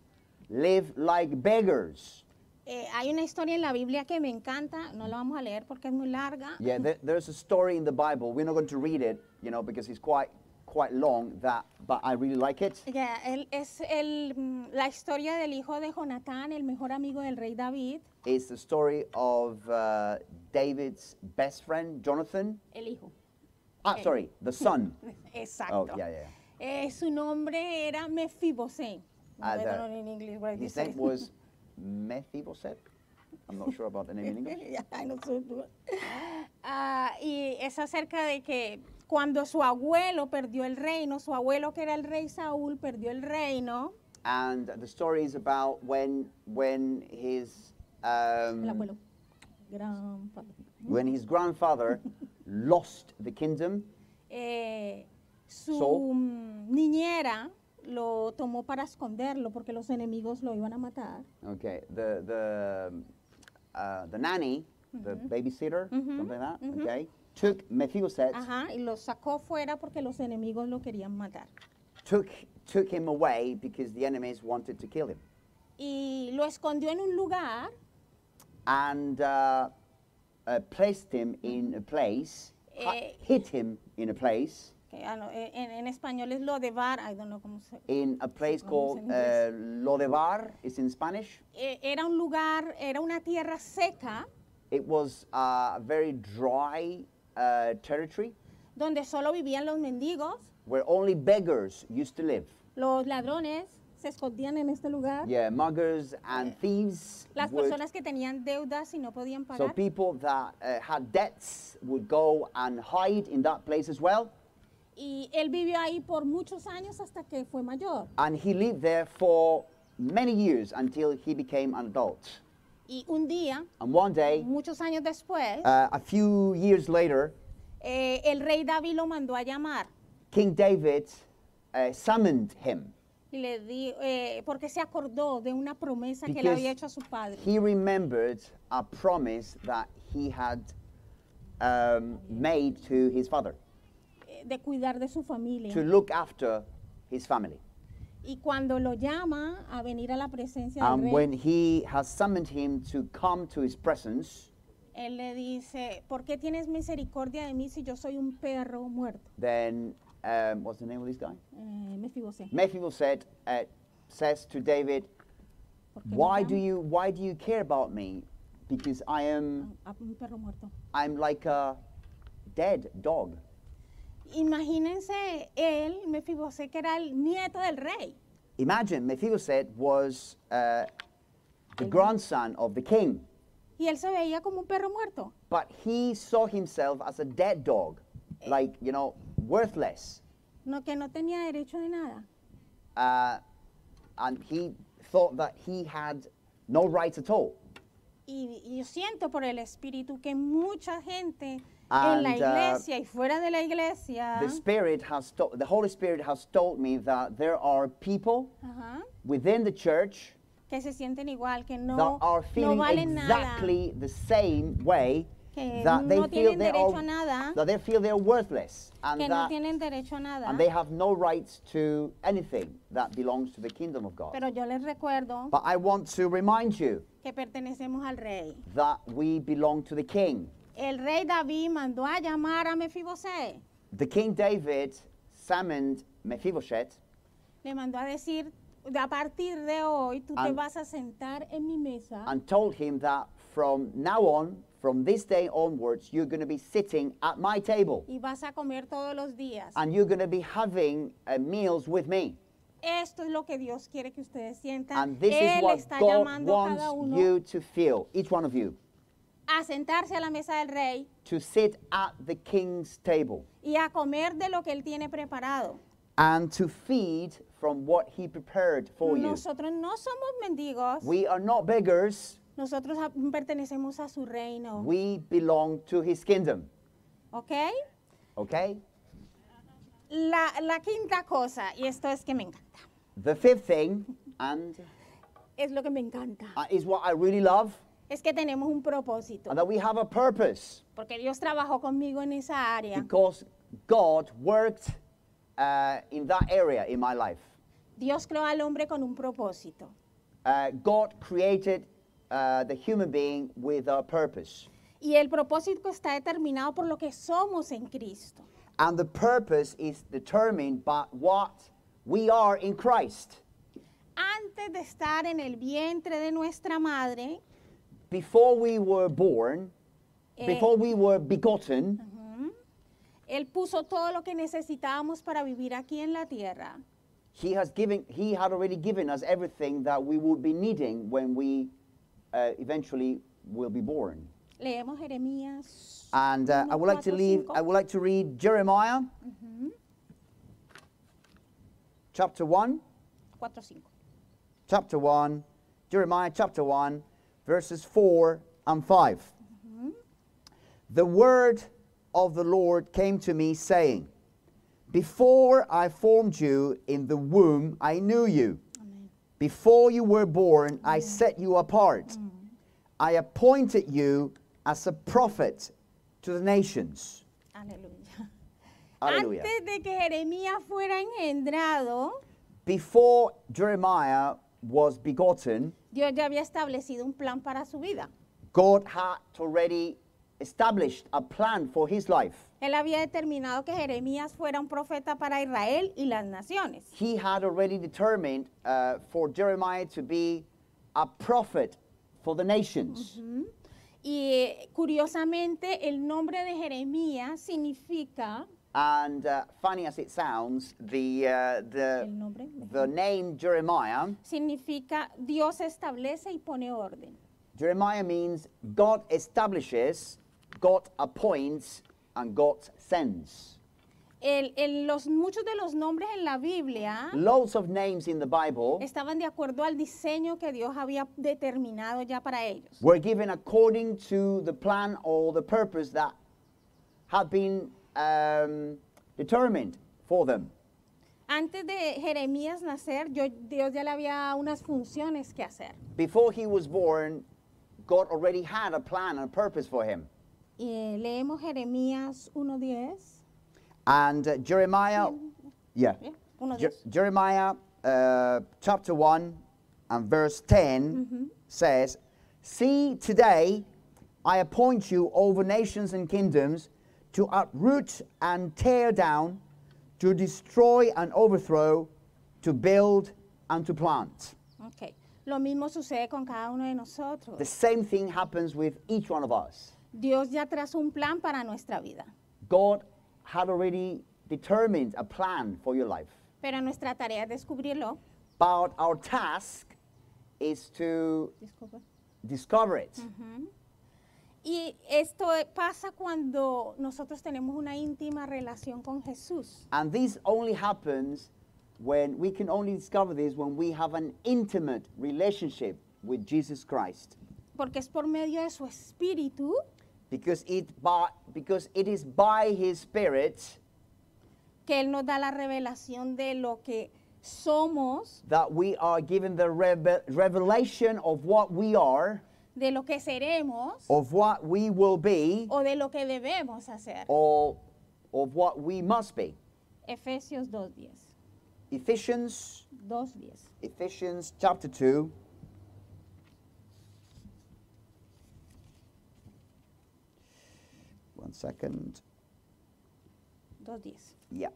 Speaker 1: live like beggars.
Speaker 3: Eh, hay una historia en la Biblia que me encanta, no la vamos a leer porque es muy larga.
Speaker 1: Yeah, there, there's a story in the Bible. We're not going to read it, you know, because it's quite quite long. That, but I really like it.
Speaker 3: Ya, él- es el, mm, la historia del hijo de Jonatán, el mejor amigo del rey David,
Speaker 1: It's the story of uh, David's best friend, Jonathan.
Speaker 3: el hijo.
Speaker 1: Ah, sorry, the son. Oh,
Speaker 3: Exacto.
Speaker 1: yeah, yeah.
Speaker 3: Eh, su nombre era Mefibosé.
Speaker 1: Ah,
Speaker 3: I don't
Speaker 1: that-
Speaker 3: know in English what it
Speaker 1: His
Speaker 3: is.
Speaker 1: name was Mephibosheth. I'm not sure about the name in English.
Speaker 3: Ya, ay, no sé, tú. Ah, y es acerca de que cuando su abuelo perdió el reino, su abuelo que era el rey Saúl perdió el reino,
Speaker 1: And the story is about when when his
Speaker 3: el
Speaker 1: um,
Speaker 3: abuelo, grandpa,
Speaker 1: when his grandfather lost the kingdom.
Speaker 3: eh, su
Speaker 1: Saúl.
Speaker 3: mm, niñera lo tomó para esconderlo porque los enemigos lo iban a matar.
Speaker 1: Okay, the the um, uh, the nanny, the babysitter, something like that. Okay, took Mephibosheth,
Speaker 3: Ajá, y lo sacó fuera porque los enemigos lo querían matar.
Speaker 1: took took him away because the enemies wanted to kill him,
Speaker 3: Y lo escondió en un lugar
Speaker 1: and uh, uh, placed him in a place, hi-
Speaker 3: Eh.
Speaker 1: hid him in a place.
Speaker 3: que, ah, no, eh, en, en español es lo de bar, I don't know cómo se-
Speaker 1: in a place
Speaker 3: Vamos
Speaker 1: called
Speaker 3: en
Speaker 1: uh,
Speaker 3: inglés.
Speaker 1: Lodebar. It's in Spanish.
Speaker 3: Eh, era un lugar, era una tierra seca
Speaker 1: It was uh, a very dry uh, territory
Speaker 3: donde solo vivían los mendigos,
Speaker 1: where only beggars used to live.
Speaker 3: los ladrones se escondían en este lugar,
Speaker 1: Yeah, muggers and thieves.
Speaker 3: las
Speaker 1: would-
Speaker 3: personas que tenían deudas y no podían
Speaker 1: so
Speaker 3: pagar.
Speaker 1: people that uh, had debts would go and hide in that place as well.
Speaker 3: y él vivió ahí por muchos años hasta que fue mayor.
Speaker 1: And he lived there for many years until he became an adult.
Speaker 3: Y un día,
Speaker 1: And one day,
Speaker 3: muchos años después,
Speaker 1: uh, a few years later,
Speaker 3: eh, el rey David lo mandó a llamar
Speaker 1: King David uh, summoned him.
Speaker 3: y le di, eh, porque se acordó de una promesa que le
Speaker 1: Because
Speaker 3: había hecho a su padre.
Speaker 1: He remembered a promise that he had um, made to his father
Speaker 3: eh, de cuidar de su familia.
Speaker 1: to look after his family.
Speaker 3: Y cuando lo llama a venir a la presencia del
Speaker 1: And
Speaker 3: rey,
Speaker 1: when he has summoned him to come to his presence,
Speaker 3: él le dice, ¿por qué tienes misericordia de mí si yo soy un perro muerto?
Speaker 1: then um, what's the name of this guy?
Speaker 3: Eh, Mefibosé.
Speaker 1: Mephibosheth uh, says to David,
Speaker 3: ¿por qué me
Speaker 1: "Why
Speaker 3: llamas
Speaker 1: do you why do you care about me? Because I am
Speaker 3: a Ah, un perro muerto?
Speaker 1: I'm like a dead dog."
Speaker 3: Imagínense él, Mefibosé, que era el nieto del rey.
Speaker 1: Imagine Mephibosheth was uh, the grandson of the king.
Speaker 3: Y él se veía como un perro muerto.
Speaker 1: But he saw himself as a dead dog, like, you know, worthless.
Speaker 3: No, que no tenía derecho de nada.
Speaker 1: Uh, and he thought that he had no rights at all.
Speaker 3: Y, y yo siento por el espíritu que mucha gente en
Speaker 1: And,
Speaker 3: la
Speaker 1: uh,
Speaker 3: iglesia y fuera de la iglesia,
Speaker 1: The Spirit has to- the Holy Spirit has told me that there are people
Speaker 3: ajá,
Speaker 1: within the church
Speaker 3: que se sienten igual, que
Speaker 1: that
Speaker 3: no,
Speaker 1: are
Speaker 3: no
Speaker 1: feeling
Speaker 3: valen nada.
Speaker 1: exactly the same way
Speaker 3: Que
Speaker 1: that they
Speaker 3: no
Speaker 1: feel
Speaker 3: tienen
Speaker 1: they
Speaker 3: derecho
Speaker 1: are
Speaker 3: a nada.
Speaker 1: that they feel they're worthless and
Speaker 3: que no
Speaker 1: that
Speaker 3: tienen derecho a nada.
Speaker 1: and they have no rights to anything that belongs to the kingdom of God.
Speaker 3: Pero yo les recuerdo
Speaker 1: But I want to remind you
Speaker 3: que pertenecemos al rey.
Speaker 1: that we belong to the king.
Speaker 3: El rey David mandó a llamar a Mefibosé.
Speaker 1: The king David summoned Mephibosheth
Speaker 3: Le mandó a decir, a partir de hoy tú te
Speaker 1: And-
Speaker 3: vas a sentar en mi mesa
Speaker 1: and told him that from now on, from this day onwards, you're going to be sitting at my table
Speaker 3: y vas a comer todos los días.
Speaker 1: and you're going to be having uh, meals with me.
Speaker 3: Esto es lo que Dios quiere que ustedes sientan.
Speaker 1: And this is
Speaker 3: Él
Speaker 1: what
Speaker 3: está
Speaker 1: God
Speaker 3: llamando a cada
Speaker 1: wants
Speaker 3: uno
Speaker 1: you to feel, each one of you,
Speaker 3: a sentarse a la mesa del rey
Speaker 1: to sit at the king's table
Speaker 3: y a comer de lo que él tiene preparado.
Speaker 1: and to feed from what he prepared for you.
Speaker 3: Nosotros no somos mendigos.
Speaker 1: Oh, We are not beggars,
Speaker 3: Nosotros a- pertenecemos a su reino.
Speaker 1: we belong to his kingdom.
Speaker 3: ¿Ok?
Speaker 1: Okay?
Speaker 3: La, la quinta cosa, y esto es que me encanta,
Speaker 1: The fifth thing, and
Speaker 3: es lo que me encanta,
Speaker 1: uh, is what I really love,
Speaker 3: es que tenemos un propósito,
Speaker 1: and that we have a purpose
Speaker 3: porque Dios trabajó conmigo en esa área.
Speaker 1: because God worked uh, in that area in my life.
Speaker 3: Dios creó al hombre con un propósito.
Speaker 1: Uh, God created uh, the human being with a purpose,
Speaker 3: Y el propósito está determinado por lo que somos en Cristo.
Speaker 1: and the purpose is determined by what we are in Christ.
Speaker 3: Antes de estar en el vientre de nuestra madre,
Speaker 1: Before we were born,
Speaker 3: Eh.
Speaker 1: before we were begotten,
Speaker 3: Él puso todo lo que necesitábamos para vivir aquí en la tierra.
Speaker 1: He has given, He had already given us everything that we would be needing when we uh, eventually will be born.
Speaker 3: Leemos Jeremías.
Speaker 1: And uh, I would like to leave. I would like to read Jeremiah, chapter one,
Speaker 3: 4, 5.
Speaker 1: chapter one, Jeremiah chapter one, verses four and 5 The word of the Lord came to me, saying, "Before I formed you in the womb, I knew you."
Speaker 3: Amén.
Speaker 1: Before you were born, I set you apart. I appointed you as a prophet to the nations.
Speaker 3: Aleluya.
Speaker 1: Aleluya.
Speaker 3: Antes de que Jeremías fuera engendrado,
Speaker 1: Before Jeremiah was begotten,
Speaker 3: Dios ya había establecido un plan para su vida.
Speaker 1: God had already established a plan for his life.
Speaker 3: Él había determinado que Jeremías fuera un profeta para Israel y las naciones.
Speaker 1: He had already determined uh, for Jeremiah to be a prophet for the nations.
Speaker 3: Mm-hmm. Y eh, curiosamente, el nombre de Jeremías significa
Speaker 1: And uh, funny as it sounds, the, uh,
Speaker 3: El
Speaker 1: the,
Speaker 3: nombre de-
Speaker 1: the name Jeremiah
Speaker 3: significa Dios establece y pone orden.
Speaker 1: Jeremiah means God establishes, God appoints, and God sends.
Speaker 3: El- el- los, muchos de los nombres en la Biblia
Speaker 1: Loads of names in the Bible
Speaker 3: estaban de acuerdo al diseño que Dios había determinado ya para ellos.
Speaker 1: were given according to the plan or the purpose that had been um, determined for them.
Speaker 3: Antes de Jeremías nacer, yo- Dios ya le había dado unas funciones que hacer.
Speaker 1: Before he was born, God already had a plan and a purpose for him.
Speaker 3: Y, eh, leemos Jeremías 1.10.
Speaker 1: And uh, Jeremiah, yeah,
Speaker 3: Yeah, uno,
Speaker 1: Je-
Speaker 3: dos.
Speaker 1: Jeremiah uh, chapter 1 and verse 10
Speaker 3: Mm-hmm.
Speaker 1: says, See, today I appoint you over nations and kingdoms to uproot and tear down, to destroy and overthrow, to build and to plant.
Speaker 3: Ok. Lo mismo sucede con cada uno de nosotros.
Speaker 1: The same thing happens with each one of us.
Speaker 3: Dios ya trazó un plan para nuestra vida,
Speaker 1: God had already determined a plan for your life.
Speaker 3: pero nuestra tarea es descubrirlo.
Speaker 1: But our task is to
Speaker 3: Disculpa.
Speaker 1: discover it.
Speaker 3: Y esto pasa cuando nosotros tenemos una íntima relación con Jesús.
Speaker 1: And this only happens when we can only discover this when we have an intimate relationship with Jesus Christ.
Speaker 3: porque es por medio de su espíritu
Speaker 1: Because it, by, because it is by His Spirit
Speaker 3: que Él nos da la revelación de lo que somos,
Speaker 1: that we are given the reve- revelation of what we are,
Speaker 3: de lo que seremos
Speaker 1: of what we will be,
Speaker 3: o de lo que debemos hacer.
Speaker 1: or of what we must be.
Speaker 3: Efesios 2.10.
Speaker 1: Ephesians,
Speaker 3: 2.10.
Speaker 1: Ephesians chapter 2. One second.
Speaker 3: 2.10.
Speaker 1: Yeah.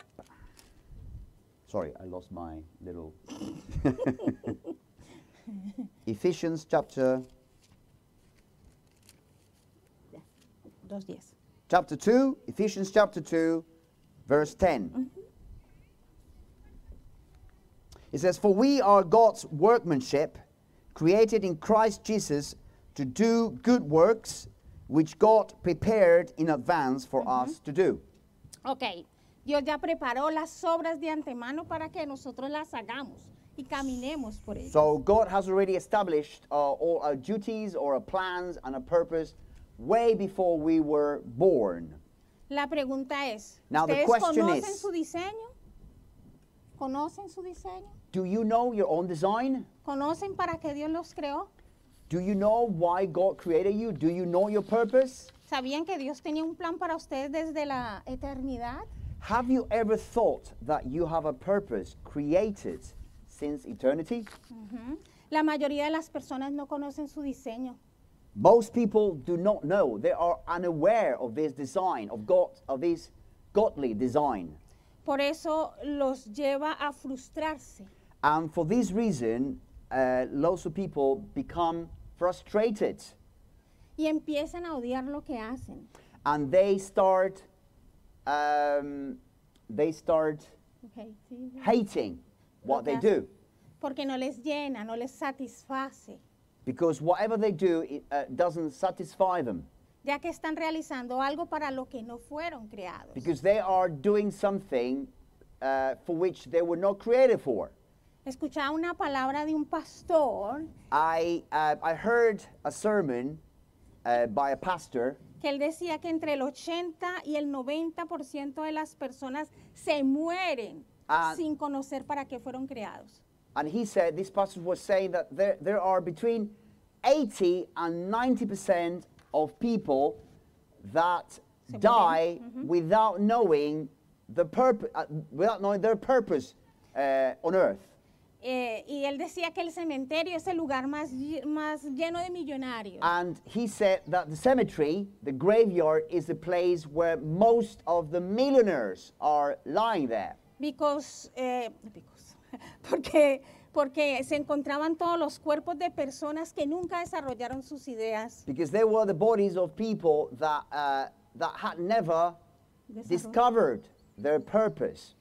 Speaker 1: Sorry, I lost my little. Ephesians chapter
Speaker 3: 2.10.
Speaker 1: chapter 2, Ephesians chapter 2, verse 10. It says, For we are God's workmanship, created in Christ Jesus to do good works, which God prepared in advance for us to do.
Speaker 3: Ok, Dios ya preparó las obras de antemano para que nosotros las hagamos y caminemos por ellas.
Speaker 1: So God has already established uh, all our duties or our plans and a purpose way before we were born.
Speaker 3: La pregunta es,
Speaker 1: Now the
Speaker 3: ¿ustedes
Speaker 1: question
Speaker 3: conocen
Speaker 1: is-
Speaker 3: su diseño? ¿Conocen su diseño?
Speaker 1: Do you know your own design?
Speaker 3: ¿Conocen para qué Dios los creó?
Speaker 1: Do you know why God created you? Do you know your purpose?
Speaker 3: ¿Sabían que Dios tenía un plan para ustedes desde la eternidad?
Speaker 1: Have you ever thought that you have a purpose created since eternity?
Speaker 3: Ujú. La mayoría de las personas no conocen su diseño.
Speaker 1: Most people do not know. They are unaware of this design of God of this godly design.
Speaker 3: Por eso los lleva a frustrarse.
Speaker 1: And for this reason, uh, lots of people become frustrated
Speaker 3: y empiezan a odiar lo que hacen.
Speaker 1: and they start um, they start
Speaker 3: Ok, sí.
Speaker 1: hating what they
Speaker 3: Okay.
Speaker 1: do
Speaker 3: Porque no les llena, no les satisface,
Speaker 1: because whatever they do it, uh, doesn't satisfy them
Speaker 3: ya que están realizando algo para lo que no fueron creados.
Speaker 1: because they are doing something uh, for which they were not created for.
Speaker 3: Escuchaba una palabra de un pastor
Speaker 1: I uh, I heard a sermon uh, by a pastor
Speaker 3: que él decía que entre el 80 y el 90% de las personas se mueren
Speaker 1: Ah.
Speaker 3: sin conocer para qué fueron creados.
Speaker 1: And he said, this pastor was saying that there, there are between 80 and 90% of people that
Speaker 3: Se mueren.
Speaker 1: die without knowing the purpose, uh, without knowing their purpose uh, on earth.
Speaker 3: Eh, y él decía que el cementerio es el lugar más, lle- más lleno de millonarios.
Speaker 1: And he said that the cemetery, the graveyard, is the place where most of the millionaires are lying there.
Speaker 3: Because, eh, because, porque, porque se encontraban todos los cuerpos de personas que nunca desarrollaron sus ideas.
Speaker 1: Because they were the bodies of people that, uh, that had never
Speaker 3: Desarroll-
Speaker 1: discovered their purpose.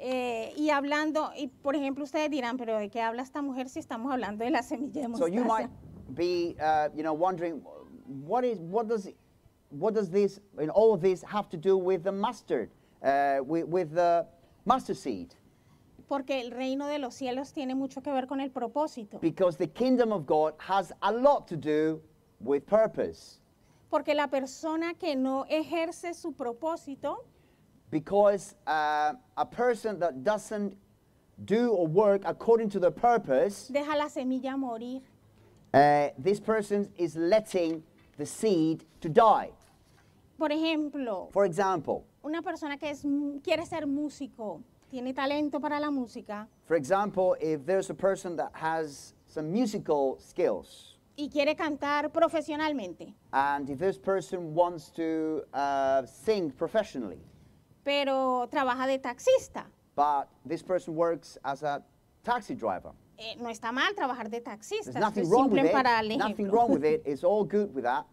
Speaker 3: Eh, y hablando, y por ejemplo, ustedes dirán, pero ¿de qué habla esta mujer si estamos hablando de la semilla de
Speaker 1: So
Speaker 3: mostaza?
Speaker 1: you might be, uh, you know, wondering, what is, what does, what does this, and all of this have to do with the mustard, uh, with, with the mustard seed?
Speaker 3: Porque el reino de los cielos tiene mucho que ver con el propósito.
Speaker 1: Because the kingdom of God has a lot to do with purpose.
Speaker 3: Porque la persona que no ejerce su propósito
Speaker 1: Because uh, a person that doesn't do or work according to the purpose,
Speaker 3: deja la semilla morir.
Speaker 1: uh, this person is letting the seed to die.
Speaker 3: Por ejemplo,
Speaker 1: For example,
Speaker 3: una persona que es, mu- quiere ser músico, tiene talento para la música,
Speaker 1: For example, if there's a person that has some musical skills,
Speaker 3: y quiere cantar profesionalmente,
Speaker 1: and if this person wants to uh, sing professionally,
Speaker 3: pero trabaja de taxista.
Speaker 1: but this person works as a taxi driver,
Speaker 3: Eh, no está mal trabajar de taxista,
Speaker 1: there's
Speaker 3: estoy
Speaker 1: nothing wrong with
Speaker 3: simple para el
Speaker 1: it. Nothing wrong with
Speaker 3: ejemplo.
Speaker 1: it. It's all good with that.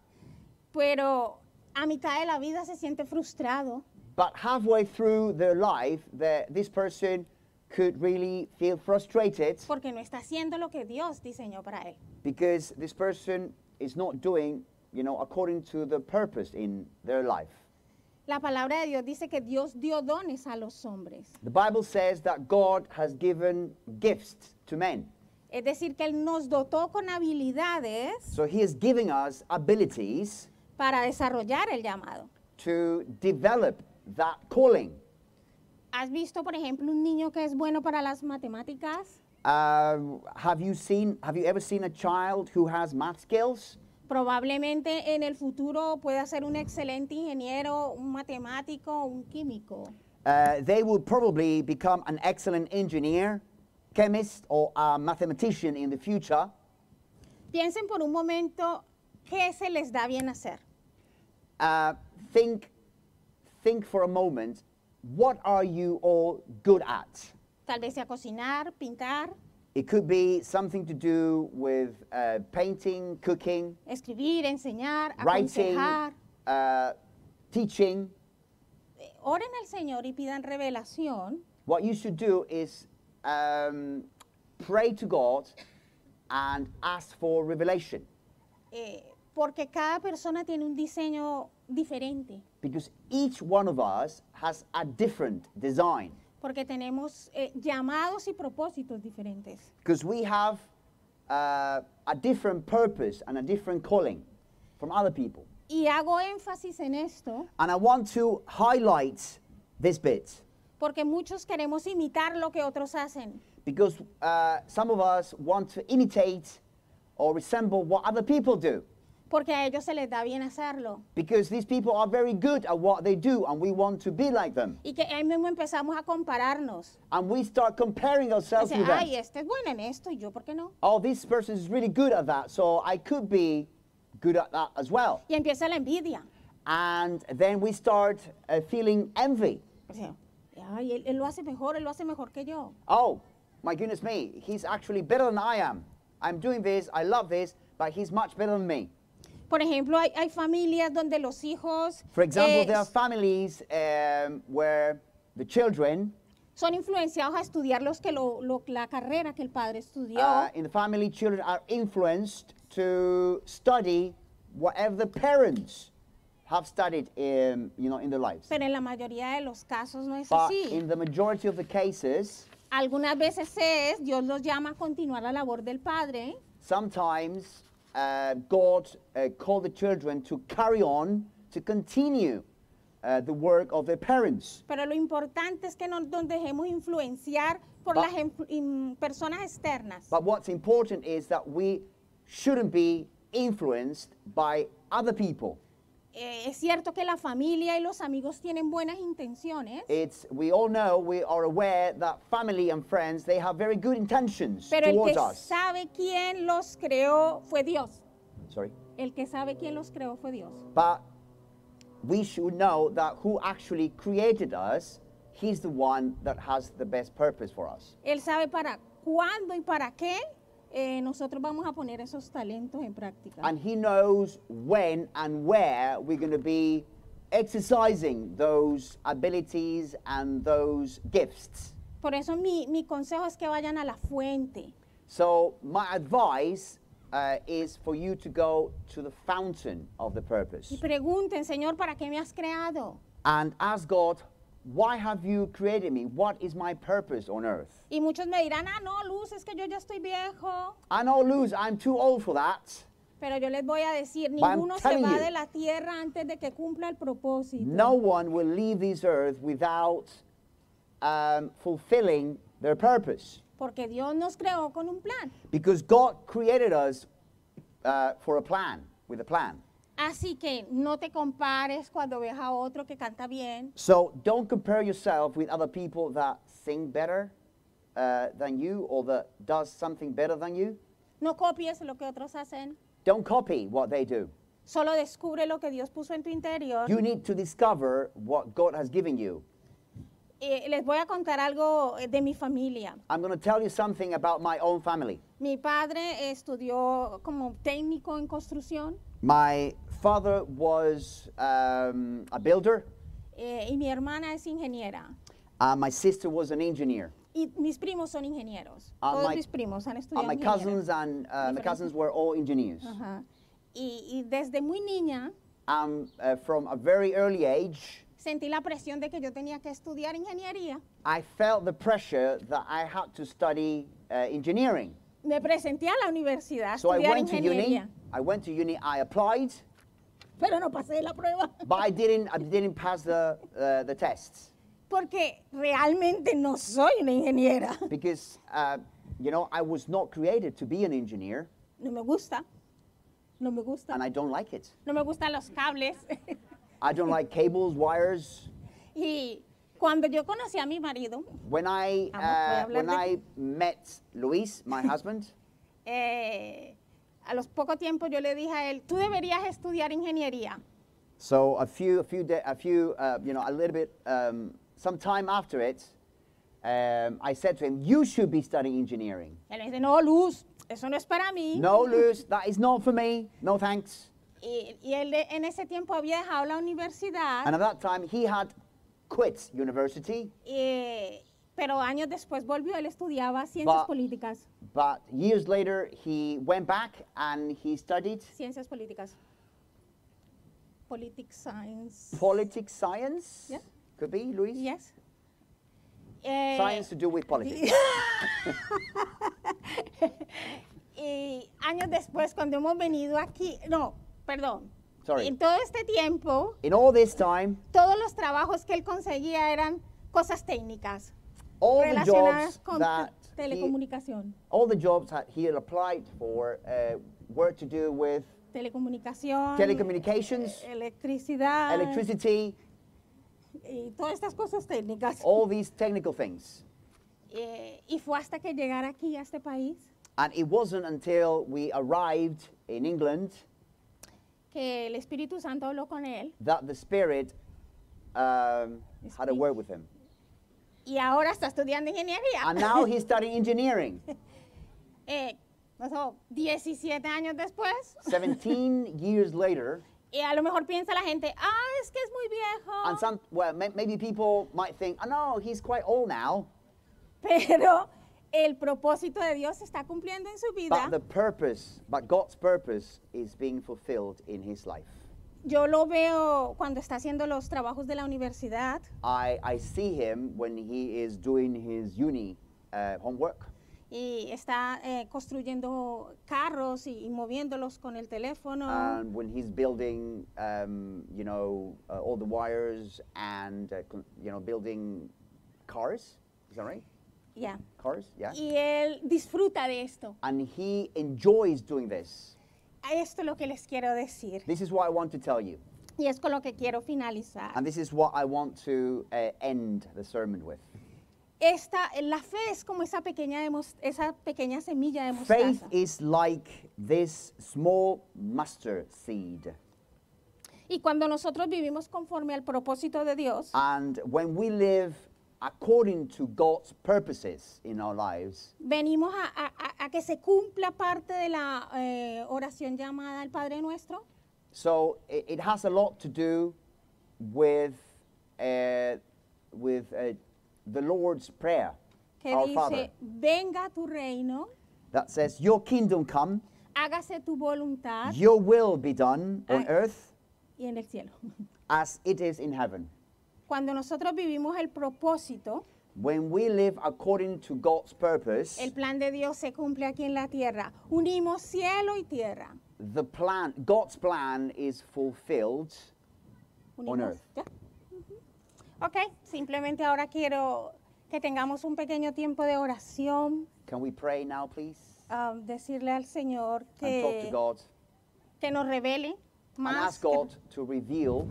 Speaker 3: Pero a mitad de la vida se siente frustrado
Speaker 1: But halfway through their life, the, this person could really feel frustrated
Speaker 3: porque no está haciendo lo que Dios diseñó para él.
Speaker 1: because this person is not doing, you know, according to the purpose in their life.
Speaker 3: La palabra de Dios dice que Dios dio dones a los hombres,
Speaker 1: The Bible says that God has given gifts to men.
Speaker 3: es decir, que Él nos dotó con habilidades
Speaker 1: So he is giving us abilities
Speaker 3: para desarrollar el llamado.
Speaker 1: to develop that calling.
Speaker 3: ¿Has visto, por ejemplo, un niño que es bueno para las matemáticas?
Speaker 1: Um, have you seen have you ever seen a child who has math skills?
Speaker 3: Probablemente en el futuro pueda ser un excelente ingeniero, un matemático, un químico.
Speaker 1: Uh, they will probably become an excellent engineer, chemist, or a mathematician in the future.
Speaker 3: Piensen por un momento qué se les da bien hacer.
Speaker 1: Uh, think think for a moment, what are you all good at?
Speaker 3: Tal vez sea cocinar, pintar,
Speaker 1: It could be something to do with uh, painting, cooking,
Speaker 3: escribir, enseñar,
Speaker 1: writing,
Speaker 3: aconsejar.
Speaker 1: uh, teaching.
Speaker 3: Eh, Oren al Señor y pidan revelación
Speaker 1: What you should do is um, pray to God and ask for revelation
Speaker 3: eh, porque cada persona tiene un diseño diferente,
Speaker 1: because each one of us has a different design
Speaker 3: porque tenemos eh, llamados y propósitos diferentes.
Speaker 1: because we have uh, a different purpose and a different calling from other people.
Speaker 3: Y hago énfasis en esto
Speaker 1: And I want to highlight this bit
Speaker 3: porque muchos queremos imitar lo que otros hacen.
Speaker 1: because uh, some of us want to imitate or resemble what other people do.
Speaker 3: Porque a ellos se les da bien hacerlo.
Speaker 1: Because these people are very good at what they do and we want to be like them.
Speaker 3: Y que ahí mismo empezamos a compararnos.
Speaker 1: And we start comparing ourselves
Speaker 3: Dice,
Speaker 1: with them.
Speaker 3: ay, este es bueno en esto y yo, ¿por qué no?
Speaker 1: Oh, this person is really good at that, so I could be good at that as well.
Speaker 3: Y empieza la envidia.
Speaker 1: And then we start uh, feeling envy.
Speaker 3: O sea, ay, él, él lo hace mejor, él lo hace mejor que yo.
Speaker 1: Oh, my goodness me, he's actually better than I am. I'm doing this, I love this, but he's much better than me.
Speaker 3: Por ejemplo, hay, hay familias donde los hijos
Speaker 1: For example,
Speaker 3: eh,
Speaker 1: there are families um, where the children
Speaker 3: son influenciados a estudiar los que lo- lo- la carrera que el padre estudió.
Speaker 1: uh, in the family, children are influenced to study whatever the parents have studied in, you know, in their lives.
Speaker 3: pero en la mayoría de los casos no es
Speaker 1: But
Speaker 3: así.
Speaker 1: in the majority of the cases,
Speaker 3: Algunas veces es, Dios los llama a continuar la labor del padre,
Speaker 1: sometimes uh, God uh, called the children to carry on, to continue uh, the work of their parents.
Speaker 3: pero lo importante es que no nos dejemos influenciar por
Speaker 1: But-
Speaker 3: las influ- in- personas externas.
Speaker 1: But what's important is that we shouldn't be influenced by other people.
Speaker 3: Eh, es cierto que la familia y los amigos tienen buenas intenciones,
Speaker 1: It's we all know, we are aware that family and friends they have very good intentions
Speaker 3: pero el
Speaker 1: towards
Speaker 3: que
Speaker 1: us.
Speaker 3: sabe quién los creó fue Dios.
Speaker 1: Sorry.
Speaker 3: El que sabe quién los creó fue Dios.
Speaker 1: But we should know that who actually created us, he's the one that has the best purpose for us.
Speaker 3: Él sabe para cuándo y para qué eh, nosotros vamos a poner esos talentos en práctica.
Speaker 1: And he knows when and where we're going to be exercising those abilities and those gifts.
Speaker 3: Por eso mi, mi consejo es que vayan a la fuente.
Speaker 1: So, my advice uh, is for you to go to the fountain of the purpose
Speaker 3: Y pregunten, Señor, ¿para qué me has creado?
Speaker 1: and ask God, Why have you created me? What is my purpose on earth?
Speaker 3: Y muchos me dirán, ah, no, Luz, es que yo ya estoy viejo.
Speaker 1: And I'll lose, I'm too old for that.
Speaker 3: Pero yo les voy a decir,
Speaker 1: But I'm
Speaker 3: ninguno se
Speaker 1: telling
Speaker 3: va
Speaker 1: you.
Speaker 3: de la tierra antes de que cumpla el propósito.
Speaker 1: No one will leave this earth without um, fulfilling their purpose.
Speaker 3: Porque Dios nos creó con un plan.
Speaker 1: Because God created us uh, for a plan, with a plan.
Speaker 3: Así que no te compares cuando ves a otro que canta bien.
Speaker 1: So don't compare yourself with other people that sing better uh, than you or that does something better than you.
Speaker 3: No copies lo que otros hacen.
Speaker 1: Don't copy what they do.
Speaker 3: Solo descubre lo que Dios puso en tu interior.
Speaker 1: You need to discover what God has given you.
Speaker 3: Eh, les voy a contar algo eh, de mi familia.
Speaker 1: I'm going to tell you something about my own family.
Speaker 3: Mi padre estudió como técnico en construcción
Speaker 1: My father was um, a builder,
Speaker 3: eh, y mi hermana es ingeniera.
Speaker 1: and my sister was an engineer.
Speaker 3: Y mis primos son ingenieros.
Speaker 1: Ah,
Speaker 3: Todos
Speaker 1: my-
Speaker 3: mis primos han
Speaker 1: And
Speaker 3: estudiado
Speaker 1: my
Speaker 3: ingeniería.
Speaker 1: cousins and uh, my
Speaker 3: Diferente.
Speaker 1: cousins were all engineers.
Speaker 3: Ajá. Y, y desde muy niña
Speaker 1: And uh, from a very early age,
Speaker 3: sentí la presión de que yo tenía que estudiar ingeniería.
Speaker 1: I felt the pressure that I had to study uh, engineering.
Speaker 3: Me presenté a la universidad a
Speaker 1: So I
Speaker 3: estudiar
Speaker 1: went to uni.
Speaker 3: ingeniería,
Speaker 1: I went to uni. I applied,
Speaker 3: pero no pasé la prueba
Speaker 1: but I didn't. I didn't pass the uh, the tests
Speaker 3: porque realmente no soy una ingeniera.
Speaker 1: because uh, you know I was not created to be an engineer,
Speaker 3: No me gusta. No me gusta.
Speaker 1: and I don't like it.
Speaker 3: No me gustan los cables.
Speaker 1: I don't like cables, wires.
Speaker 3: y cuando yo conocí a mi marido,
Speaker 1: When I
Speaker 3: Amor, voy a
Speaker 1: uh,
Speaker 3: Ah, hablar
Speaker 1: when
Speaker 3: de-
Speaker 1: I met Luis, my husband,
Speaker 3: eh, a los poco tiempo yo le dije a él, tú deberías estudiar ingeniería.
Speaker 1: so a few a few da a few uh, you know a little bit um, some time after it, um, I said to him, "You should be studying engineering."
Speaker 3: Él me dice, no, Luz, eso no es para mí.
Speaker 1: No, Luis, that is not for me. No thanks.
Speaker 3: Y, y él eh, en ese tiempo había dejado la universidad,
Speaker 1: And at that time, he had quit university,
Speaker 3: eh, pero años después volvió, él estudiaba ciencias
Speaker 1: Va-
Speaker 3: políticas.
Speaker 1: but years later, he went back and he studied
Speaker 3: Ciencias políticas. Politics science.
Speaker 1: politics science.
Speaker 3: Yeah.
Speaker 1: Could be, Luis?
Speaker 3: Yes. Eh,
Speaker 1: Science to do with politics.
Speaker 3: Y años después, cuando hemos venido aquí, no, perdón,
Speaker 1: Sorry.
Speaker 3: En todo este tiempo,
Speaker 1: In all this time,
Speaker 3: todos los trabajos que él conseguía eran cosas técnicas
Speaker 1: all the
Speaker 3: relacionadas
Speaker 1: jobs
Speaker 3: con
Speaker 1: that he,
Speaker 3: telecomunicación.
Speaker 1: all the jobs that he had applied for uh, were to do with
Speaker 3: Telecomunicación,
Speaker 1: Telecommunications,
Speaker 3: eh, electricidad
Speaker 1: electricity,
Speaker 3: y todas estas cosas técnicas.
Speaker 1: all these technical things.
Speaker 3: Eh, y fue hasta que llegara aquí a este país
Speaker 1: And it wasn't until we arrived in England
Speaker 3: que el Espíritu Santo habló con él
Speaker 1: that the Spirit um, had a
Speaker 3: Speak.
Speaker 1: word with him.
Speaker 3: y ahora está estudiando ingeniería.
Speaker 1: And now he's studying engineering.
Speaker 3: Eh, no sé, 17 años después,
Speaker 1: 17 years later,
Speaker 3: y a lo mejor piensa la gente, ah, es que es muy viejo.
Speaker 1: and some, well, may, maybe people might think, oh no, he's quite old now.
Speaker 3: pero el propósito de Dios se está cumpliendo en su vida.
Speaker 1: But the purpose, but God's purpose is being fulfilled in his life.
Speaker 3: Yo lo veo cuando está haciendo los trabajos de la universidad
Speaker 1: I, I see him when he is doing his uni uh, homework.
Speaker 3: y está eh, construyendo carros y, y moviéndolos con el teléfono.
Speaker 1: and when he's building, um, you know, uh, all the wires and uh, con- you know, building cars. Is that right?
Speaker 3: Ya.
Speaker 1: Cars, yeah.
Speaker 3: Y él disfruta de esto.
Speaker 1: And he enjoys doing this.
Speaker 3: Esto es lo que les quiero decir
Speaker 1: This is what I want to tell you,
Speaker 3: y es con lo que quiero finalizar.
Speaker 1: and this is what I want to uh, end the sermon with.
Speaker 3: Esta, la fe es como esa pequeña, de mos- esa pequeña semilla de
Speaker 1: Faith
Speaker 3: mostaza.
Speaker 1: is like this small mustard seed,
Speaker 3: Y cuando nosotros vivimos conforme al propósito de Dios,
Speaker 1: and when we live according to God's purposes in our lives,
Speaker 3: venimos a, a- a- a que se cumpla parte de la eh, oración llamada el Padre Nuestro.
Speaker 1: So it, it has a lot to do with uh, with uh, the Lord's prayer,
Speaker 3: que
Speaker 1: our
Speaker 3: dice,
Speaker 1: Father,
Speaker 3: venga tu reino,
Speaker 1: that says, "Your kingdom come,
Speaker 3: hágase tu voluntad
Speaker 1: Your will be done on
Speaker 3: I-
Speaker 1: earth
Speaker 3: y en el cielo.
Speaker 1: as it is in heaven."
Speaker 3: Cuando nosotros vivimos el propósito,
Speaker 1: When we live according to God's purpose,
Speaker 3: el plan de Dios se cumple aquí en la tierra. Unimos cielo y tierra.
Speaker 1: the plan, God's plan, is fulfilled.
Speaker 3: Unimos,
Speaker 1: On earth.
Speaker 3: ¿ya? Ujú. Ok, simplemente ahora quiero que tengamos un pequeño tiempo de oración,
Speaker 1: Can we pray now, please,
Speaker 3: ah, decirle al Señor
Speaker 1: and talk to
Speaker 3: que,
Speaker 1: God
Speaker 3: que nos revele
Speaker 1: and
Speaker 3: más
Speaker 1: ask
Speaker 3: que-
Speaker 1: God to reveal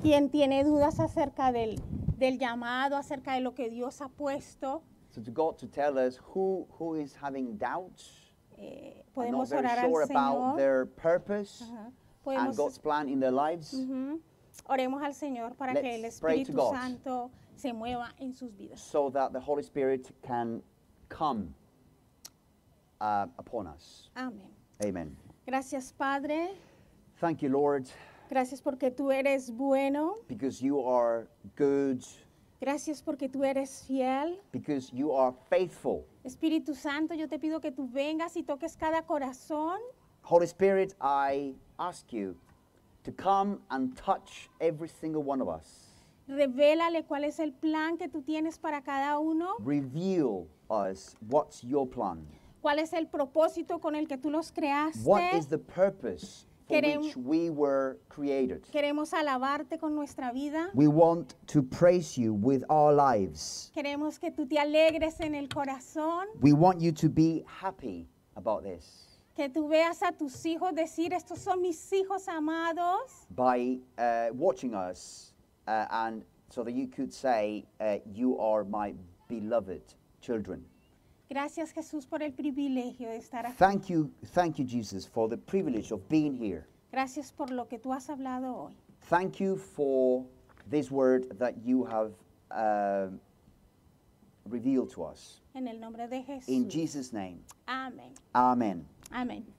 Speaker 3: quien tiene dudas acerca del, del llamado, acerca de lo que Dios ha puesto,
Speaker 1: so to God to tell us who who is having doubts.
Speaker 3: eh,
Speaker 1: are not
Speaker 3: podemos
Speaker 1: very
Speaker 3: orar
Speaker 1: sure
Speaker 3: al
Speaker 1: about
Speaker 3: Señor.
Speaker 1: their purpose
Speaker 3: Ajá.
Speaker 1: and
Speaker 3: Podemos,
Speaker 1: God's plan in their lives.
Speaker 3: Ujú. Oremos al Señor para que el
Speaker 1: Let's pray to
Speaker 3: Espíritu
Speaker 1: God.
Speaker 3: Santo se mueva en sus vidas.
Speaker 1: So that the Holy Spirit can come uh, upon us.
Speaker 3: Amén.
Speaker 1: Amen.
Speaker 3: Gracias Padre,
Speaker 1: Thank you, Lord,
Speaker 3: gracias porque tú eres bueno,
Speaker 1: because you are good,
Speaker 3: gracias porque tú eres fiel.
Speaker 1: because you are faithful.
Speaker 3: Espíritu Santo, yo te pido que tú vengas y toques cada corazón
Speaker 1: Holy Spirit, I ask you to come and touch every single one of us.
Speaker 3: Revélale cuál es el plan que tú tienes para cada uno,
Speaker 1: Reveal us what's your plan.
Speaker 3: cuál es el propósito con el que tú los creaste.
Speaker 1: What is the purpose for
Speaker 3: Querem-
Speaker 1: which we were created?
Speaker 3: Queremos alabarte con nuestra vida.
Speaker 1: We want to praise you with our lives.
Speaker 3: Queremos que tú te alegres en el corazón,
Speaker 1: We want you to be happy about this
Speaker 3: que tú veas a tus hijos decir, estos son mis hijos amados,
Speaker 1: by uh, watching us, uh, and so that you could say, uh, You are my beloved children.
Speaker 3: Gracias Jesús por el privilegio de estar aquí.
Speaker 1: Thank you, thank you, Jesus, for the privilege of being here.
Speaker 3: Gracias por lo que tú has hablado hoy.
Speaker 1: Thank you for this word that you have um revealed to us.
Speaker 3: En el nombre de Jesús.
Speaker 1: In Jesus' name,
Speaker 3: Amén.
Speaker 1: Amen.
Speaker 3: Amén.